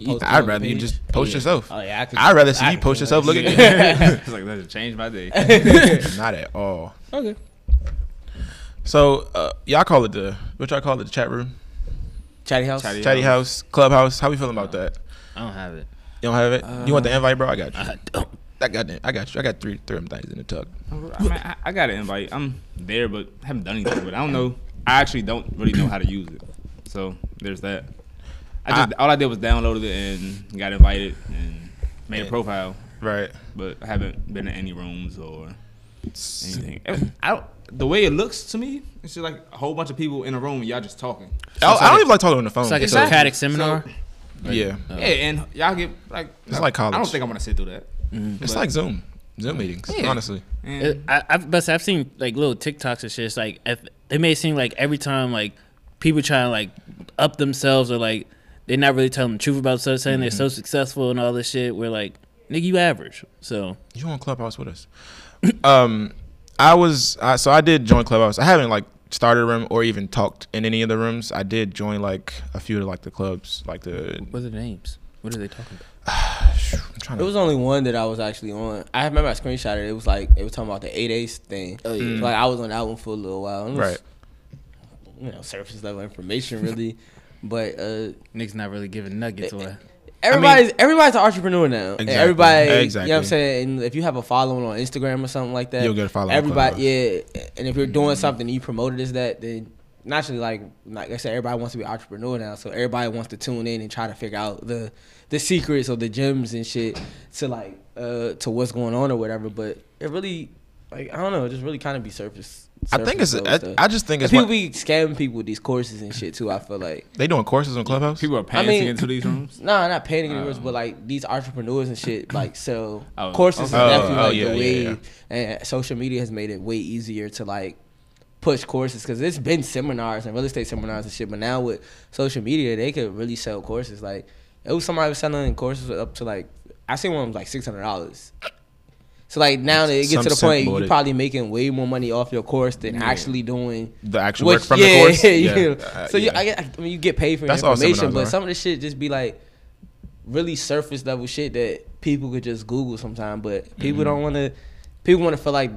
on I'd the rather you page. just post yourself. Oh yeah, I could. I'd rather see I you could post do yourself. that. (laughs) Look at it's like that just changed my (laughs) day. not at all. Okay. So uh, y'all call it the what y'all call it the chat room, Chatty house. Chatty- chatty house, clubhouse. How we feeling about that? I don't have it. You don't have it? you Uh, want the invite, bro? I got you. I don't. I got it. I got you. I got three three of them things in the tuck. I, mean, I, I got an invite. I'm there, but haven't done anything. But I don't know. I actually don't really know how to use it. So there's that. I just all I did was downloaded it and got invited and made a Yeah. profile, Right. but I haven't been in any rooms or anything. I don't, the way it looks to me, it's just like a whole bunch of people in a room and y'all just talking. I, I don't even like talking on the phone. It's like a so- Socratic seminar. yeah. yeah, and y'all get like It's like I don't college. think I'm gonna sit through that. It's But- like Zoom, Zoom meetings. Yeah. Honestly, And It- I, I've, but I've seen like little TikToks and shit. It's like if, they may seem like every time like people trying to like up themselves or like they're not really telling the truth about stuff, saying they're Mm-hmm. so successful and all this shit. We're like, nigga, you average. So you on Clubhouse with us? um, I was I, so I did join Clubhouse. I haven't like started a room or even talked in any of the rooms. I did join like a few of like the clubs, like the. What are the names? What are they talking about? I'm It trying to. was only one that I was actually on. I remember I screenshotted it. It was like it was talking about the eight A's thing. Oh yeah. like I was on that one for a little while. And it was, Right. You know, surface level information really. (laughs) But uh, Niggas not really giving nuggets away. everybody's everybody's an entrepreneur now. And Exactly. Everybody, you know what I'm Exactly. saying. And if you have a following on Instagram or something like that, You'll get a following on Everybody, yeah. And if you're doing something, you promoted as that, then naturally, like like I said, everybody wants to be an entrepreneur now. So everybody wants to tune in and try to figure out the the secrets or the gems and shit to like uh to what's going on or whatever. But it really, like I don't know, it just really kind of be surface. I think it's. surface level I, stuff. I just think And it's. people What, be scamming people with these courses and shit too. I feel like. they doing courses on Clubhouse. people are I paying mean- to get into these rooms. Nah, not panic anywhere, Oh. but like these entrepreneurs and shit, (coughs) like sell Oh, courses okay. is definitely Um, Oh, oh, like yeah, the yeah, way, yeah. and social media has made it way easier to like push courses because it's been seminars and real estate seminars and shit, but now with social media, they could really sell courses. Like it was somebody was selling courses up to like I seen one was like six hundred dollars. So like now that it gets Some to the point simple you're it- probably making way more money off your course than actually doing the actual which- work from yeah, (laughs) the course. Yeah, yeah. Uh, so You, yeah. I, get- I mean, you get paid for your That's all information, seminars but are. some of this shit just be like really surface level shit that people could just Google sometimes. But people Mm-hmm. don't want to. People want to feel like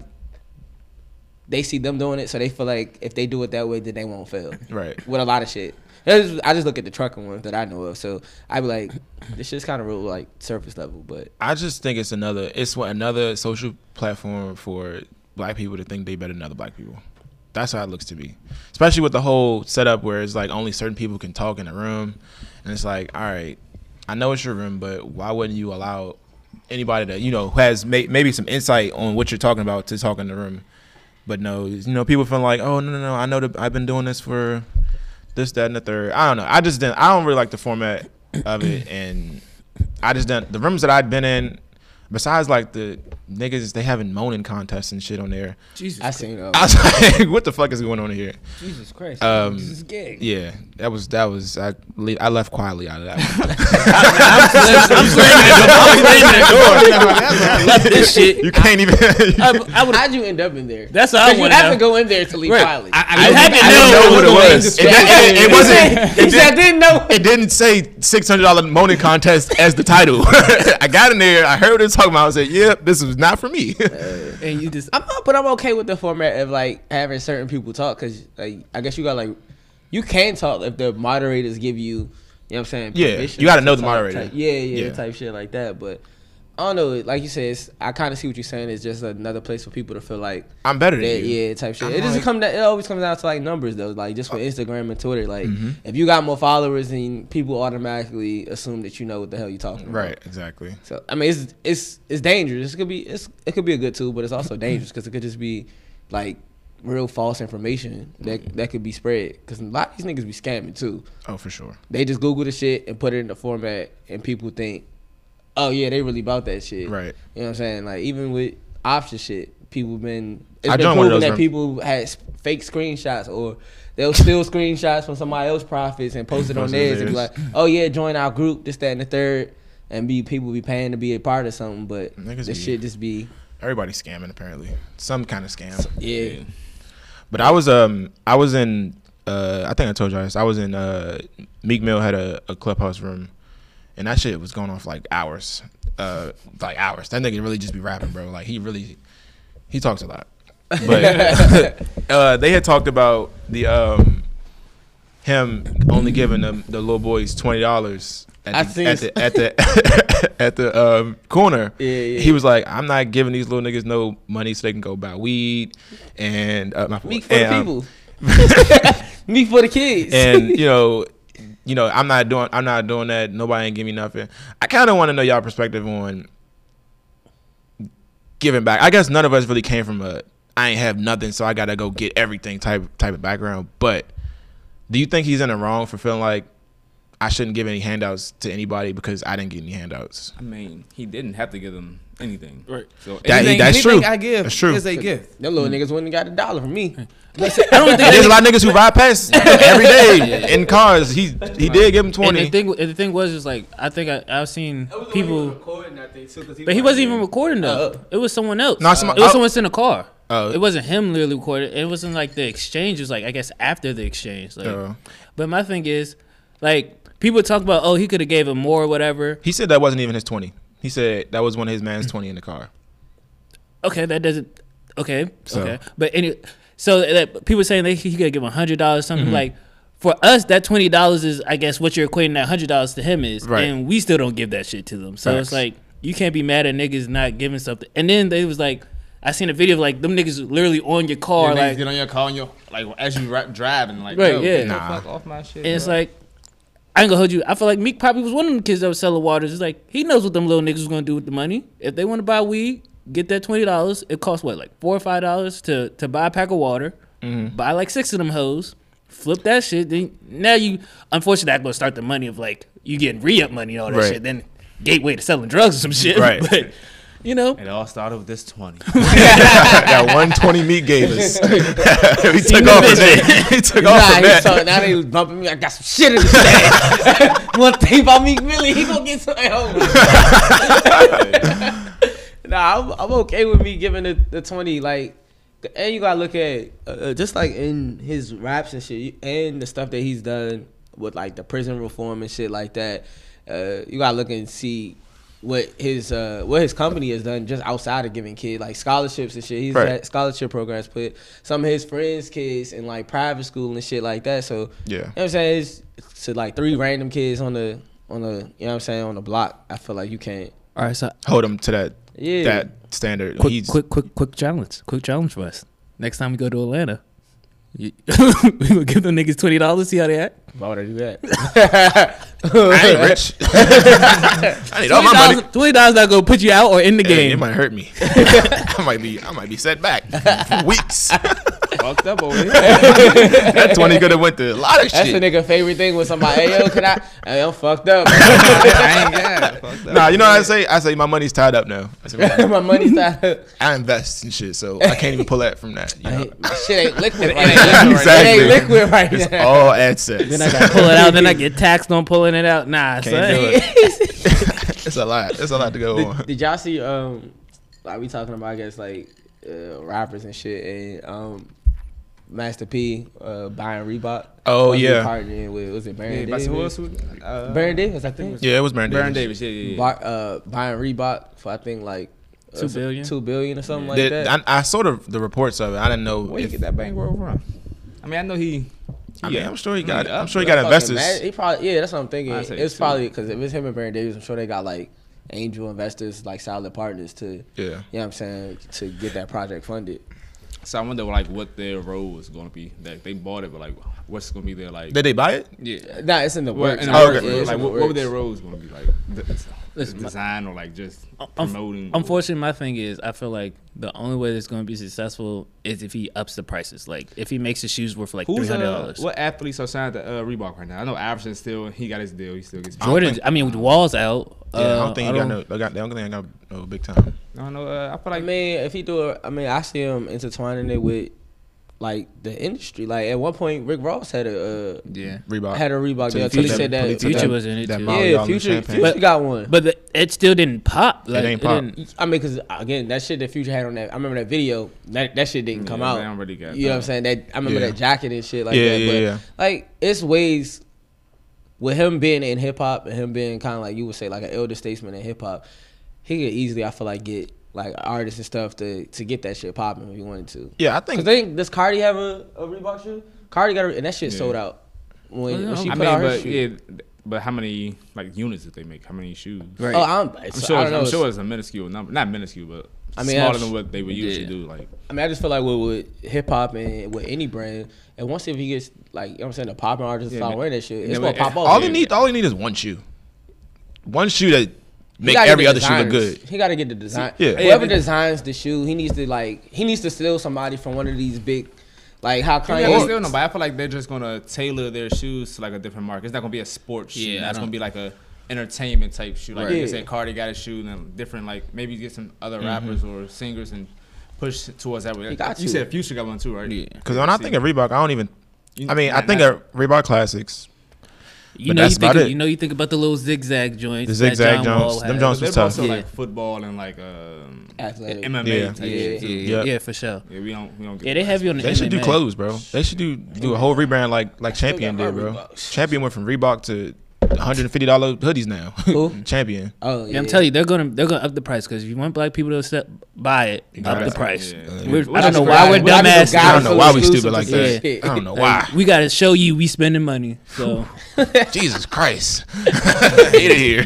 they see them doing it, so they feel like if they do it that way, then they won't fail. right. With a lot of shit. I just, I just look at the trucking ones that I know of, so I be like, this shit's kind of real like surface level, but I just think it's another it's what another social platform for black people to think they better than other black people. That's how it looks to me. Especially with the whole setup where it's like only certain people can talk in a room and it's like, all right, I know it's your room, but why wouldn't you allow anybody that you know who has may, maybe some insight on what you're talking about to talk in the room? But no, you know, people feel like, oh no, no, no, I know that I've been doing this for this, that, and the third. I don't know. I just didn't. I don't really like the format of it, and I just done the rooms that I'd been in. Besides, like the niggas, they having moaning contests and shit on there. Jesus, I seen uh, (laughs) I was like, what the fuck is going on here? Jesus Christ, Um, this is gay. Yeah, that was that was I. Le- I left quietly out of that. one. this shit. you can't even. (laughs) I, I would. How'd you end up in there? That's what I Because you wanna have know. to go in there to leave Right. quietly. I had to I didn't know. know what it was. It, it- it wasn't. He It said, I didn't didn't, know. it didn't say six hundred dollar moaning contest as the title. (laughs) I got in there. I heard what it was talking about. I said, "Yep, this was not for me." And you just. I'm not, but I'm okay with the format of like having certain people talk because like I guess you got like you can talk if the moderators give you. You know what I'm saying? Yeah, permission you gotta know to the talk moderator. type- yeah, yeah, Yeah. type shit like that. But I don't know. Like you said, it's, I kind of see what you're saying. It's just another place for people to feel like (laughs) I'm better than Yeah, you. yeah, type shit. I'm it doesn't like- come. Down, it always comes down to like numbers though. Like just for Instagram and Twitter. Like Mm-hmm. if you got more followers, then people automatically assume that you know what the hell you're talking about. Right. Exactly. So I mean, it's it's it's dangerous. It could be it's it could be a good tool, but it's also dangerous because it could just be like real false information that that could be spread. Because a lot of these niggas be scamming too. Oh, for sure. They just Google the shit and put it in the format, and people think, oh yeah, they really about that shit. Right. You know what I'm saying? Like even with option shit, people been it's I been joined one proven of those that rooms. people had s- fake screenshots or they'll steal screenshots from somebody else's profits and post it on Post it on theirs and be theirs. like, oh yeah, join our group, this, that, and the third, and be people be paying to be a part of something, but Niggas this be- shit just be Everybody's scamming apparently. Some kind of scam. yeah. But I was um I was in uh I think I told you guys I was in uh Meek Mill had a, a clubhouse room, and that shit was going on for like hours, uh like hours. That nigga really just be rapping, bro. Like he really he talks a lot. But (laughs) uh they had talked about the um him only giving them the little boys twenty dollars. I At the, seen at (laughs) the at the (laughs) at the um, corner, Yeah, yeah. he was like, "I'm not giving these little niggas no money so they can go buy weed and uh, my Me for and, the um, people. (laughs) (laughs) Me for the kids. and (laughs) you know, you know, I'm not doing, I'm not doing that. Nobody ain't give me nothing. I kind of want to know y'all perspective on giving back. I guess none of us really came from a I ain't have nothing, so I gotta go get everything type type of background. But do you think he's in the wrong for feeling like I I shouldn't give any handouts to anybody because I didn't get any handouts. I mean, he didn't have to give them anything. Right. So That- anything, that's anything true. I give That's true. is a (laughs) gift. Them Mm. little niggas wouldn't got a dollar from me. I don't think There's a lot of niggas who ride past (laughs) every day in cars. He he did give him And twenty. the thing, and the thing was, is like I think I, I've seen people, recording that thing too, cause but he wasn't even recording though. Oh. It was someone else. No, some- it was I- someone in a car. Oh. it wasn't him literally recorded. It wasn't like the exchange. It was like I guess after the exchange. Like, Oh. but my thing is, like people talk about, oh, he could have gave him more or whatever. He said that wasn't even his twenty. He said that was one of his man's twenty in the car. Okay, that doesn't. Okay, So- okay, but any so that people saying that he could give him hundred dollars Mm-hmm. something like. For us, that twenty dollars is, I guess, what you're equating that hundred dollars to him is, Right. and we still don't give that shit to them. So Facts. it's like you can't be mad at niggas not giving something. And then they was like, I seen a video of like them niggas literally on your car, Or like, get on your car and your like as you ri- driving, like Right, yo, yeah. get the Nah. fuck off my shit. and it's like, I ain't gonna hold you. I feel like Meek probably was one of them kids that was selling waters. It's like he knows what them little niggas was gonna do with the money. If they want to buy weed, get that twenty dollars. It costs what, like four or five dollars to to buy a pack of water. Mm-hmm. Buy like six of them hoes. Flip that shit. Then now you, unfortunately, that's gonna start the money of like you getting re up money and all that Right. shit. Then gateway to selling drugs or some shit. Right. (laughs) But you know, it all started with this twenty. (laughs) that one twenty meat gave us. (laughs) he took off from that. He took off Nah, from he saw, that. now they was bumping me. I got some shit (laughs) in the bag. One thing about Meek Millie, he gonna get something oh home. nah, I'm, I'm okay with me giving the, the twenty. Like, and you gotta look at uh, uh, just like in his raps and shit, you- and the stuff that he's done with like the prison reform and shit like that. Uh, you gotta look and see what his uh, what his company has done just outside of giving kid like scholarships and shit. He's Right. had scholarship programs put some of his friends' kids in like private school and shit like that. So Yeah. you know what I'm saying? It's, it's to like three random kids on the on the you know what I'm saying on the block. I feel like you can't. all right. So Hold him to that. Yeah. That standard. quick, He's- quick, quick, quick challenge. Quick challenge for us. Next time we go to Atlanta, you- (laughs) we gonna give them niggas twenty dollars. See how they act. Why would I do that? I ain't rich. (laughs) I need all my money. Twenty dollars not gonna put you out or in the Hey, it game. might hurt me. (laughs) I might be. I might be set back for weeks. fucked (laughs) up over here. that twenty could have went to a lot of That's shit. a nigga favorite thing when somebody, hey yo, can I? Hey, I'm fucked up. I ain't got it. Fucked up. Nah, you know what I say? I say my money's tied up now. I, say, (laughs) My money's not. I I invest in shit, so I can't even pull that from that. (laughs) You know? ain't- my shit ain't liquid right now. ain't It Exactly. ain't liquid right It's now. all AdSense. (laughs) Then I got- Pull it out, (laughs) then I get taxed on pulling it out. Nah, Can't son. do (laughs) it. it's a lot. It's a lot to (laughs) go did, on. did y'all see? Um, like we talking about, I guess like uh, rappers and shit, and um, Master P uh, buying Reebok. Oh, Must be yeah. partnering with was it Baron (laughs) Hey, but Davis? so who else would- uh, Baron Davis, I think. Yeah, it was Baron Davis. Baron Davis. Yeah, yeah, yeah. Buy, uh, buying Reebok for I think like uh, Two billion? two billion or something like Did- that. I, I saw the, the reports of it. I didn't know. Where you if, get that bankroll from? I mean, I know he. I mean, I'm sure he got. Yeah, I'm sure he Yeah, got fucking investors. Mad- He probably yeah, that's what I'm thinking. I'd say It's two. probably because if it's him and Baron Davis, I'm sure they got like angel investors, like solid partners to, you Yeah. know what I'm saying, to get that project funded. So I wonder, like, what their role was going to be. Like, they bought it, but like, what's going to be their like? Did they buy it? yeah. Nah, it's in the Well, works. and Oh, like, okay. Yeah, it's like in what, the what were their works. roles going to be like? The, the Listen, my- design or like just unf- promoting? Unfortunately, my thing is, I feel like the only way that's gonna be successful is if he ups the prices. Like if he makes his shoes worth like three Who's hundred uh, dollars. what athletes are signed to uh, Reebok right now? I know Iverson's still he got his deal. He still gets. Jordan, I mean, with walls out. Uh, Yeah, I don't think he got no. I got, I don't think I got no big time. I don't know. Uh, I feel I like mean, if he do it, I mean, I see him intertwining it with like the industry. Like at one point, Rick Ross had a yeah. uh, Reebok. had a Reebok Till deal. Until he he took said that- till he that, took Future that- was in it that too. Molly yeah, all in the Future, champagne. Future got one. But the, it still didn't pop. Like, ain't pop. didn't- I mean, cause again, that shit that Future had on that. I remember that video. That that shit didn't come Yeah, out. they already got you know what I'm that. saying? That I remember Yeah. that jacket and shit like Yeah, that. yeah, but yeah. like it's ways with him being in hip hop and him being kind of like you would say like an elder statesman in hip hop. He could easily, I feel like, get like artists and stuff to to get that shit popping if he wanted to. Yeah, I Cause think. they does Cardi have a, a Reebok shoe? Cardi got a, and that shit Yeah. sold out when, Oh, yeah, when she I put mean, out her but shoe. yeah, th- but how many like units did they make? How many shoes? Oh, I'm, it's- I'm I sure. don't know. I'm it's- sure it's a minuscule number, not minuscule, but I mean, smaller I've- than what they would usually do. Like I mean, I just feel like with, with hip hop and with any brand, and once if he gets like, you know what I'm saying, the popping artists Yeah, start man. wearing that shit, Yeah, it's but- gonna pop off. All He he need. All he need is one shoe. One shoe that make gotta get every the other shoe look designers. good. He got to get the design. Yeah. Whoever Yeah, but- designs the shoe, he needs to like, he needs to steal somebody from one of these big Like how Yeah, they still Kanye. know, but I feel like they're just gonna tailor their shoes to like a different market. It's not gonna be a sports shoe. Yeah, I Yeah, it's don't- gonna be like a entertainment type shoe. Like Right. you said, Cardi got a shoe, and then different like maybe get some other Mm-hmm. rappers or singers and push towards that way. He got you you. said Future got one too, right? Yeah. Because when I think of Reebok, I don't even. You- I mean, I not- think not- of Reebok Classics, You But know, you that's think about of- it. you know, you think about the little zigzag joints. the that Zigzag John Wall Jones. Them had. Jones They're was tough. also Yeah. like football and like um, Athletic. MMA. Yeah. Type shit, Yeah. too. Yeah. Yeah. Yeah, for sure. Yeah, we don't we don't get Yeah, they that. have you on the. They should do MMA. clothes, bro. They should do do a whole rebrand like like still Champion got my did, bro. Reeboks. Champion went from Reebok to one hundred and fifty dollar hoodies now. Who? (laughs) Champion. Oh Yeah, yeah. I'm telling you, they're gonna they're gonna up the price because if you want black people to accept, buy it, up Right. the price. Yeah. We're, Which I don't is know crazy. why we're Why do those dumbasses. guys I don't know why we Absolute stupid like exclusive that. to shit. I don't know (laughs) why. We gotta show you we spending money. (laughs) So (laughs) Jesus Christ. Hate it here.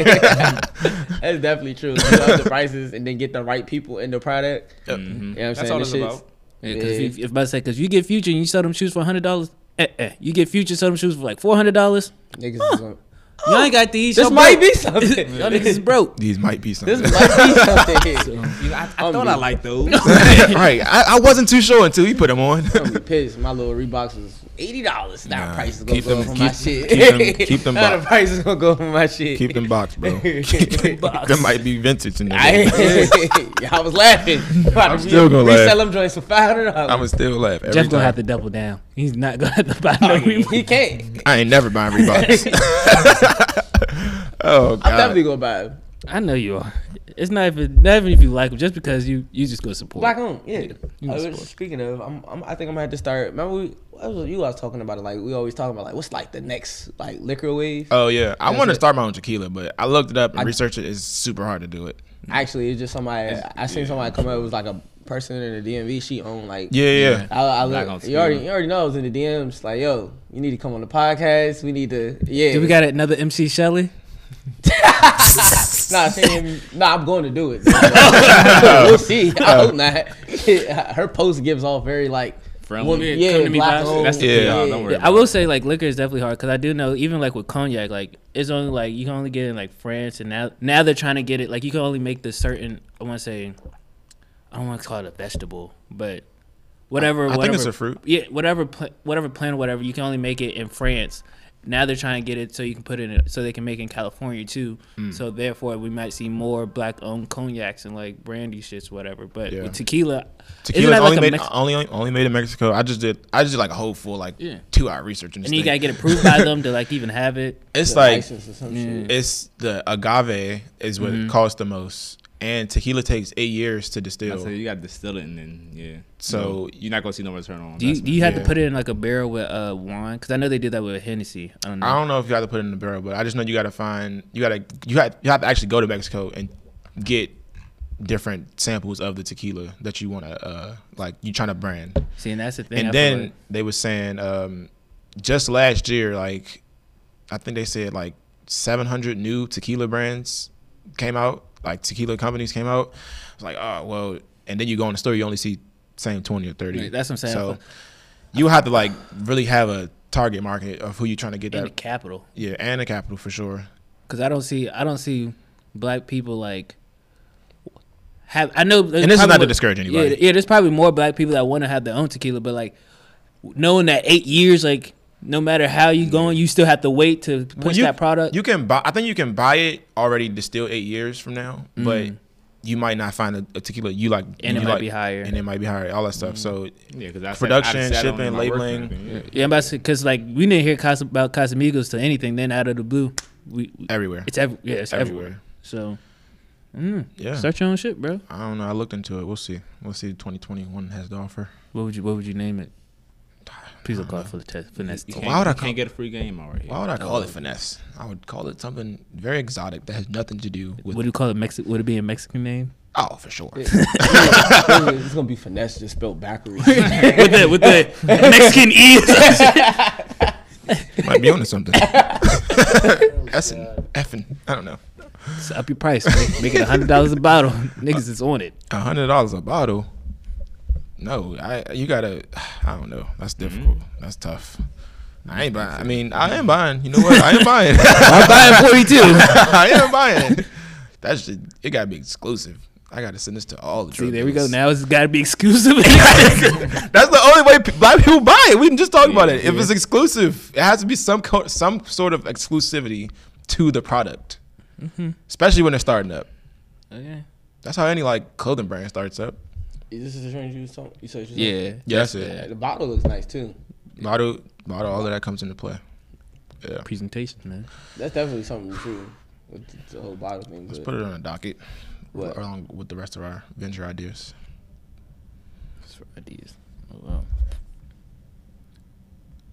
That's definitely true. You up the prices and then get the right people in the product. You know what I'm That's saying? all This it's shit's- about. Yeah, 'cause if, you, if I say, because you get future and you sell them shoes for hundred dollars, eh, eh. You get future sell them shoes for like four hundred dollars. Niggas is on- You ain't got these. This y'all might broke. be (laughs) something. (laughs) Y'all niggas is broke. These might be This something. might be something. here. You know, I, I I'm thought I good. liked those. right. I, I wasn't too sure until he put them on. I'm gonna be pissed. My little Reeboks was eighty dollars. Now Nah, prices gonna keep go them- up on my keep- shit. keep them- keep (laughs) them now the box. prices gonna go up on my shit. (laughs) (laughs) Keep them box, bro. I, That might be vintage in there. (laughs) I was laughing. (laughs) I'm still gonna laugh. resell them joints for five hundred I dollars. would still laugh every Jeff gonna time. have to double down. He's not gonna have to buy (laughs) no Reebok. He (laughs) can't. (laughs) I ain't never buying Reeboks. oh I'm definitely god. gonna buy them. I know you are. It's not even not even if you like them, just because you you just go support. Black on, yeah. you I can was- support. speaking of, I'm, I'm, I think I'm gonna have to start. Remember, we, what was, you guys talking about it. Like we always talking about, like what's like the next like liquor wave. Oh yeah. I want to it. start my own tequila, but I looked it up and I- researched it. It's super hard to do it. Actually, it's just somebody. I seen somebody come up. It was like a person in the DMV. She owned like Yeah, yeah. I, I Black look, on you already you already know I was in the DMs like yo you need to come on the podcast we need to yeah Do we got another MC Shelley? nah saying, nah I'm going to do (laughs) it we'll see (laughs) I hope not her post gives off very like Friendly. woman- yeah, come to me black vibes. owned, That's the Yeah. PR, Don't worry. Yeah, I about will it. say like liquor is definitely hard because I do know even like with cognac, like it's only like you can only get it in like France and now now they're trying to get it like you can only make the certain I want to say I don't want to call it a vegetable, but whatever. I whatever, think it's a fruit. Yeah, whatever pla- whatever plant or whatever you can only make it in France. Now they're trying to get it so you can put it in so they can make it in California too. Mm. So therefore, we might see more black owned cognacs and like brandy shits whatever. But Yeah. with tequila, Tequila that only like a made Mex- only only made in Mexico. I just did I just did like a whole full like Yeah. two hour research and and you gotta get approved by them to like even have it. (laughs) It's the like license or some (laughs) shit. it's the agave is Mm-hmm. what costs the most, and tequila takes eight years to I distill. say you got to distill it and then yeah. So- No, you're not gonna see no return on. Do you, investment. do you have Yeah. to put it in like a barrel with uh, wine? Because I know they did that with Hennessy. I don't know. I don't know if you got to put it in the barrel, but I just know you got to find you got to you have you have to actually go to Mexico and get different samples of the tequila that you want to uh like you trying to brand. See, and that's the thing. and I feel then like- they were saying um just last year like I think they said like 700 new tequila brands came out, like tequila companies came out. I was like, "Oh, well." And then you go in the store, you only see same 20 or 30. Right, that's what I'm saying. So you have to like really have a target market of who you're trying to get in the that capital, yeah, and a capital for sure. because I don't see, I don't see black people like have. I know, And this is not to discourage anybody. Yeah, yeah, there's probably more black people that want to have their own tequila, but like knowing that eight years, like no matter how you going, you still have to wait to push Mm. you, that product. You can buy. I think you can buy it already distilled eight years from now, but you might not find a, a tequila you like, Mm. And it you might like- be higher. Mm. and it might be higher. All that stuff. So Yeah, because I Production, said, I sat on shipping, my work labeling. thing, yeah. yeah, because like we didn't hear Cas- about Casamigos to anything. Then out of the blue, we, we- everywhere, it's ev- yeah, it's everywhere. everywhere. So. Mm, Yeah. Start your own shit, bro. I don't know. I looked into it. We'll see. We'll see. Twenty twenty one has to offer. What would you What would you name it? Please don't call it for the test finesse. You team. can't, why would I you call- can't get a free game already. Why would I call it finesse? I would call it something very exotic that has nothing to do with. Would you call it Mexi- Would it be a Mexican name? oh, for sure. it's gonna be finesse just spelled (laughs) backwards (laughs) with the with the Mexican E. might be onto (laughs) something. (laughs) That's an effing. I don't know. Up your price. Make, make it hundred dollars a bottle. (laughs) Niggas is on it. A hundred dollars a bottle. No, I you gotta. I don't know. That's Mm-hmm. difficult. That's tough. I ain't buying. I mean, I am buying. You know what? (laughs) I am buying. (laughs) I'm Mm-hmm. buying forty two. I am buying. That's just, it. Gotta be exclusive. I gotta send this to all the. See, drug there we go. dealers. Now it's got to be exclusive. (laughs) Oh, That's the only way pe- black people buy it. We can just talk about it. If it's exclusive, it has to be some co- some sort of exclusivity to the product, Mm-hmm. especially when they're starting up. okay. That's how any like clothing brand starts up. Is this the drink you was talking? You said you was Yeah. Yeah, that's it. talking- The bottle looks nice too. Model, model, all of that comes into play. Yeah, Presentation, man. That's definitely something true. With the- the whole bottle thing. let's but- put it on a docket, What? along with the rest of our venture ideas. That's for ideas. Oh, wow.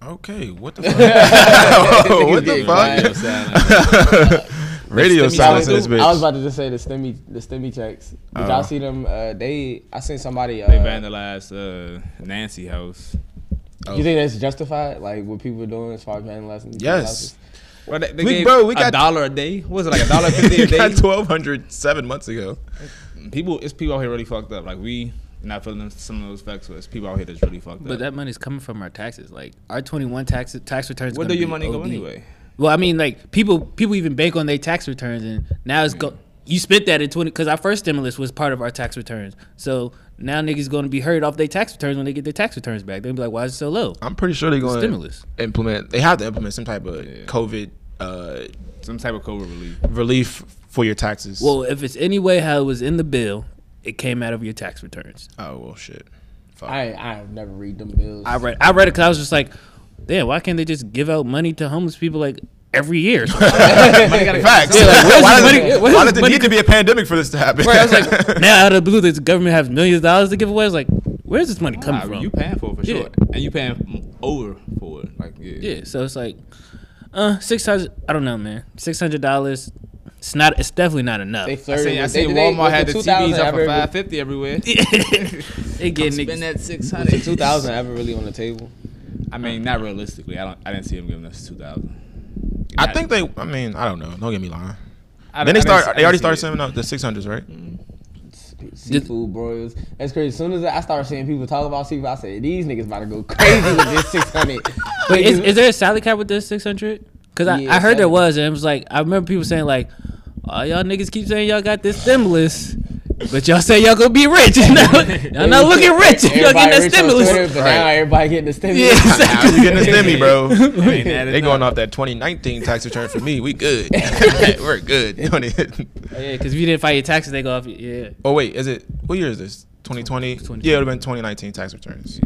Okay, what the fuck? Whoa, what the Big radio fuck? sound. Radio I was, silence in this I was bitch. about to just say the stimmy, the stimmy checks. Did Oh. y'all see them? Uh, they, I seen somebody. They Uh, vandalized uh, Nancy house. Oh. you think that's justified? Like what people are doing as far as vandalizing? people's Yes. houses? Bro, they, they We- gave bro, we a got- dollar a day. What was it like a (laughs) dollar fifty You a day? got twelve hundred seven months ago. People, it's people out here really fucked up. Like we not feeling them- some of those facts, but it's people out here that's really fucked But up. that money's coming from our taxes. Like our twenty one taxes tax returns. Where do gonna your be money go OD. anyway? Well, I mean, like people people even bank on their tax returns, and now it's go. You spent that in twenty because our first stimulus was part of our tax returns. So now niggas going to be hurt off their tax returns when they get their tax returns back. They'll be like, "Why is it so low?" I'm pretty sure they're going Stimulus. implement. They have to implement some type of Yeah. COVID uh, Some type of COVID relief. relief for your taxes. Well, if it's any way how it was in the bill, it came out of your tax returns. oh well, shit. Fuck. I, ain't- I have never read them bills. I read I read it because I was just like, "Damn, why can't they just give out money to homeless people like every (laughs) year?" (laughs) Facts. Yeah, like, (laughs) where's why this does, money- it, where's why this does it money need to be a pandemic for this to happen? Right, I was (laughs) like, now out of the blue, the government has millions of dollars to give away. I was like, where's this money coming Nah, from? You paying for it for Yeah. sure, and you paying m- over for it. Like yeah, yeah, so it's like, uh, six hundred. I don't know, man. Six hundred dollars. It's not. It's definitely not enough. They (laughs) They, I flirted. seen, I with- they- seen they- Walmart with had the TVs 2000 up for ever- five fifty everywhere. (laughs) get Spend niggas. that six was the hundred. 2000 ever really on the table? I mean, not realistically. I don't. I didn't see them giving us two thousand. I think they. I mean, I don't know. Don't get me lying. I, then they I didn't see- I start. They didn't already see started it. sending out the six hundreds, right? (laughs) Seafood broils. That's crazy. As soon as I started seeing people talk about seafood, I said these niggas about to go crazy with this 600. Wait, is, is there a salary cap with this six hundred? Because I, Yeah, I heard there salary. was, and it was like I remember people saying like, oh, y'all niggas keep saying y'all got this stimulus, but y'all say y'all gonna be rich. (laughs) You know? y'all not looking rich. if Y'all Everybody getting that rich on stimulus. Twitter, but now Right. everybody getting the Yeah, stimulus. How you exactly. getting a stimmy, bro? Ain't added They up. going off that 2019 tax return for me. We good. (laughs) We're good. You know what I mean? yeah, because if you didn't file your taxes, they go off. Yeah, (laughs) oh wait, is it? What year is this? 2020. Yeah, it would have been 2019 tax returns.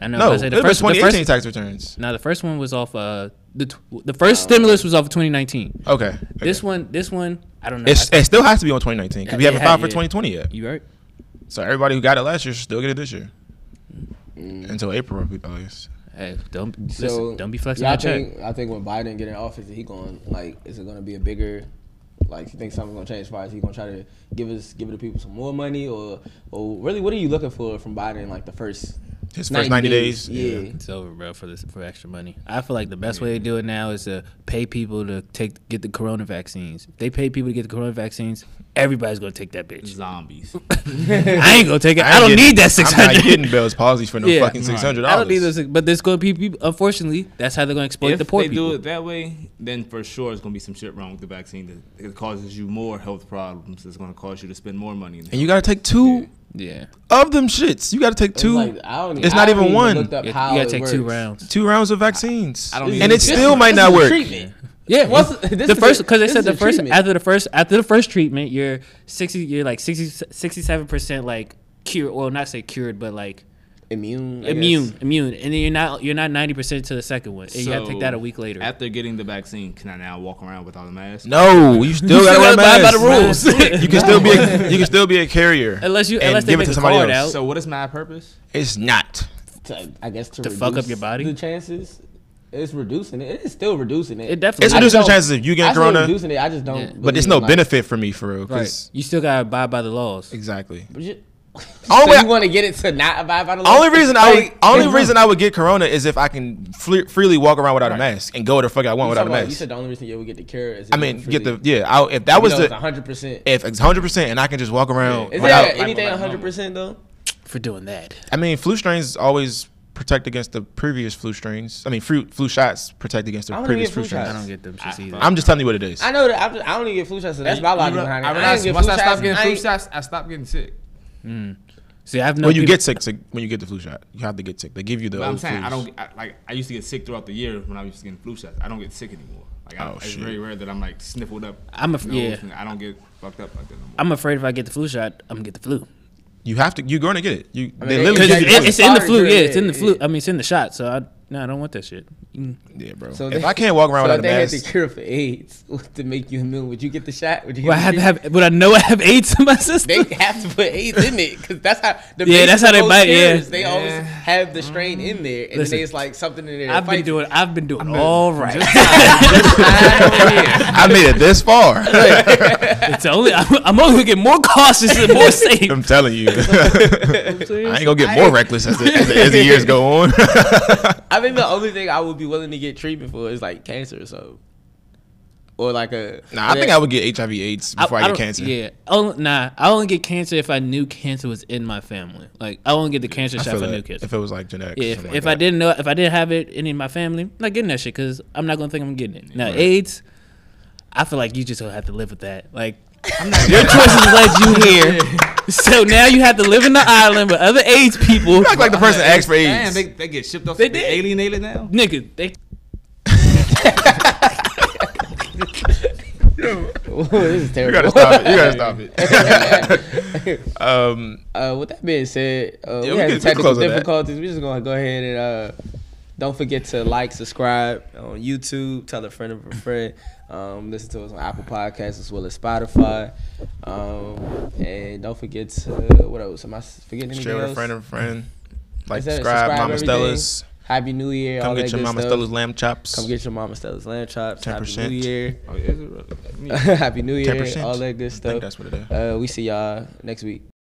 I know. No, I it said would the have been first, the 2018 first, tax returns. now the first one was off. Uh, the tw- the first Oh. stimulus was off of 2019. Okay. This one, this one, I don't know. It's, I- it still has to be on 2019 because we Yeah, haven't it had- filed for yeah. 2020 yet. you right? So everybody who got it last year should still get it this year Mm. until April, at least. Hey, don't So listen, don't be flexing y'all that check. think, I think when Biden get in office, is he going like? Is it going to be a bigger? Like, you think something's going to change? As far as he going to try to give us, give the people some more money, or, or really, what are you looking for from Biden? Like the first His first 90 days. Yeah. It's over, bro. For this, for extra money, I feel like the best way to do it now is to pay people to take get the corona vaccines. If they pay people to get the corona vaccines, everybody's gonna take that bitch. zombies. (laughs) I ain't gonna take ain't it. I, don't getting- need that six I'm not hundred. getting Bell's palsy for no (laughs) Yeah. fucking six hundred I don't need dollars. those. But there's gonna be people. Unfortunately, that's how they're gonna exploit if the poor they people. do it that way, then for sure it's gonna be some shit wrong with the vaccine that it causes you more health problems. It's gonna cause you to spend more money. And you gotta take two yeah, of them shits. You gotta take It's two like, I don't, It's I not haven't even one. looked up you, you how gotta it take two works. (laughs) rounds. two rounds of vaccines. I don't even and it think- still might not This is a work. treatment. Yeah, What's- well, this the is first a- because they this said is the a first treatment. after the first after the first treatment, you're sixty, you're like 67 percent like cured. Well, not say cured, but like Immune. I immune, guess. immune, and then you're not you're not ninety percent to the second one. And you have to take that a week later. After getting the vaccine, can I now walk around without a mask? No, (laughs) you still gotta wear a abide by the mask. rules, (laughs) You can still be a, you can still be a carrier. unless you and unless they give it make to a somebody card else. out. So what is my purpose? It's not. To, I guess to, To fuck up reduce your body? The chances. It's reducing it. It's still reducing it. It definitely. It's I reducing the don't- chances of you I getting still corona, reducing it. I just don't. Yeah. but there's believe no in, like- benefit for me for real. 'cause- You still gotta abide by the laws. Exactly. But you- Only (laughs) so way- you want to get it to not abide by the law? Only reason I would, Like, only it's- reason I would get corona is if I can fle- freely walk around without a mask and go where the fuck I you want without a talking about- You mask. said the only reason you would get the cure is. I mean, get the yeah. I, if that That was was know, the the hundred percent. if it's 100% and I can just walk around Is without, there anything like, hundred percent though? For doing that, I mean, flu strains always protect against the previous flu strains. I mean, flu flu shots protect against the I don't previous get flu flu strains. shots. I don't get them shits either. I'm just telling you what it is. I know that I, I don't even get flu shots, so that's my logic You know, behind it. I I realized ain't get once flu I stopped shots, getting I flu ain't- shots, I stopped getting sick. See, I've known when you people- get sick, sick, when you get the flu shot, you have to get sick. They give you the. But I'm old saying I flus. don't get- I, like. I used to get sick throughout the year when I was getting flu shots. I don't get sick anymore. Like I, Oh, it's shit. very rare that I'm like sniffled up. I'm a- nose yeah. and I don't get fucked up like that no more. I'm afraid if I get the flu shot, I'm gonna get the flu. You have to. You're going to get it. You. mean, they they- literally. Because Yeah, give you you get it's, the it's in the fired flu. for Yeah, it, it's in the yeah, flu. yeah. I mean, it's in the shot. So I no, I don't want that shit. Mm. flu. Yeah, bro. So if they- I can't walk around So if without a they had the mask, cure for AIDS (laughs) what, to make you immune, would you get the shot? Would you? Well, I get have the to have. Would I know I have AIDS in my treatment? system? (laughs) They have to put AIDS in it because that's how the Yeah, that's how they basic bite, yeah. cures, They always have the strain in there, and Listen, then it's like something in there. I've been doing. I've been doing all right. (laughs) I made it this (laughs) far. (laughs) it's only. I'm, I'm only getting more cautious and (laughs) more safe. I'm telling (laughs) you. I ain't gonna get more reckless as the, as, the, as the years go on. (laughs) I think the only thing I would be willing to get treatment for is like cancer or so, or like a. (laughs) nah, I think I would get HIV/AIDS before I, get don't- cancer. Yeah. Only, nah, I only get cancer if I knew cancer was in my family. Like I only get the cancer I shot feel if I knew that cancer. if it was like genetics. Yeah, if, something like if I that. didn't know, if I didn't have it any in my family, I'm not getting that shit because I'm not gonna think I'm getting it. Now AIDS, I feel like you just gonna have to live with that. Like (laughs) (laughs) your choices led you here, (laughs) so now you have to live in the island with other AIDS people. act like the person asked for Damn, AIDS. they, they get shipped off. They They, did. alienated now. Nigga, (laughs) they Ooh, this is You terrible. (laughs) gotta stop it. You gotta stop it. um, Uh, with that being said, uh, we, Yeah, we had can- we can technical close on that. difficulties. We're just gonna go ahead and uh, don't forget to like, subscribe on YouTube, tell a friend of a friend, um, listen to us on Apple Podcasts as well as Spotify, um, and don't forget to what else? Am I s- forgetting anything share with else? a friend of a friend. Like, Is that- subscribe, subscribe, Mama everything. Stella's. Happy New Year! all Come that get your good Mama stuff. Stella's lamb chops. Come get your Mama Stella's lamb chops. Happy 10%. New Year! (laughs) Oh, is it really? Happy New Year! 10%. All that good I think stuff. that's what it is. Uh, we see y'all next week.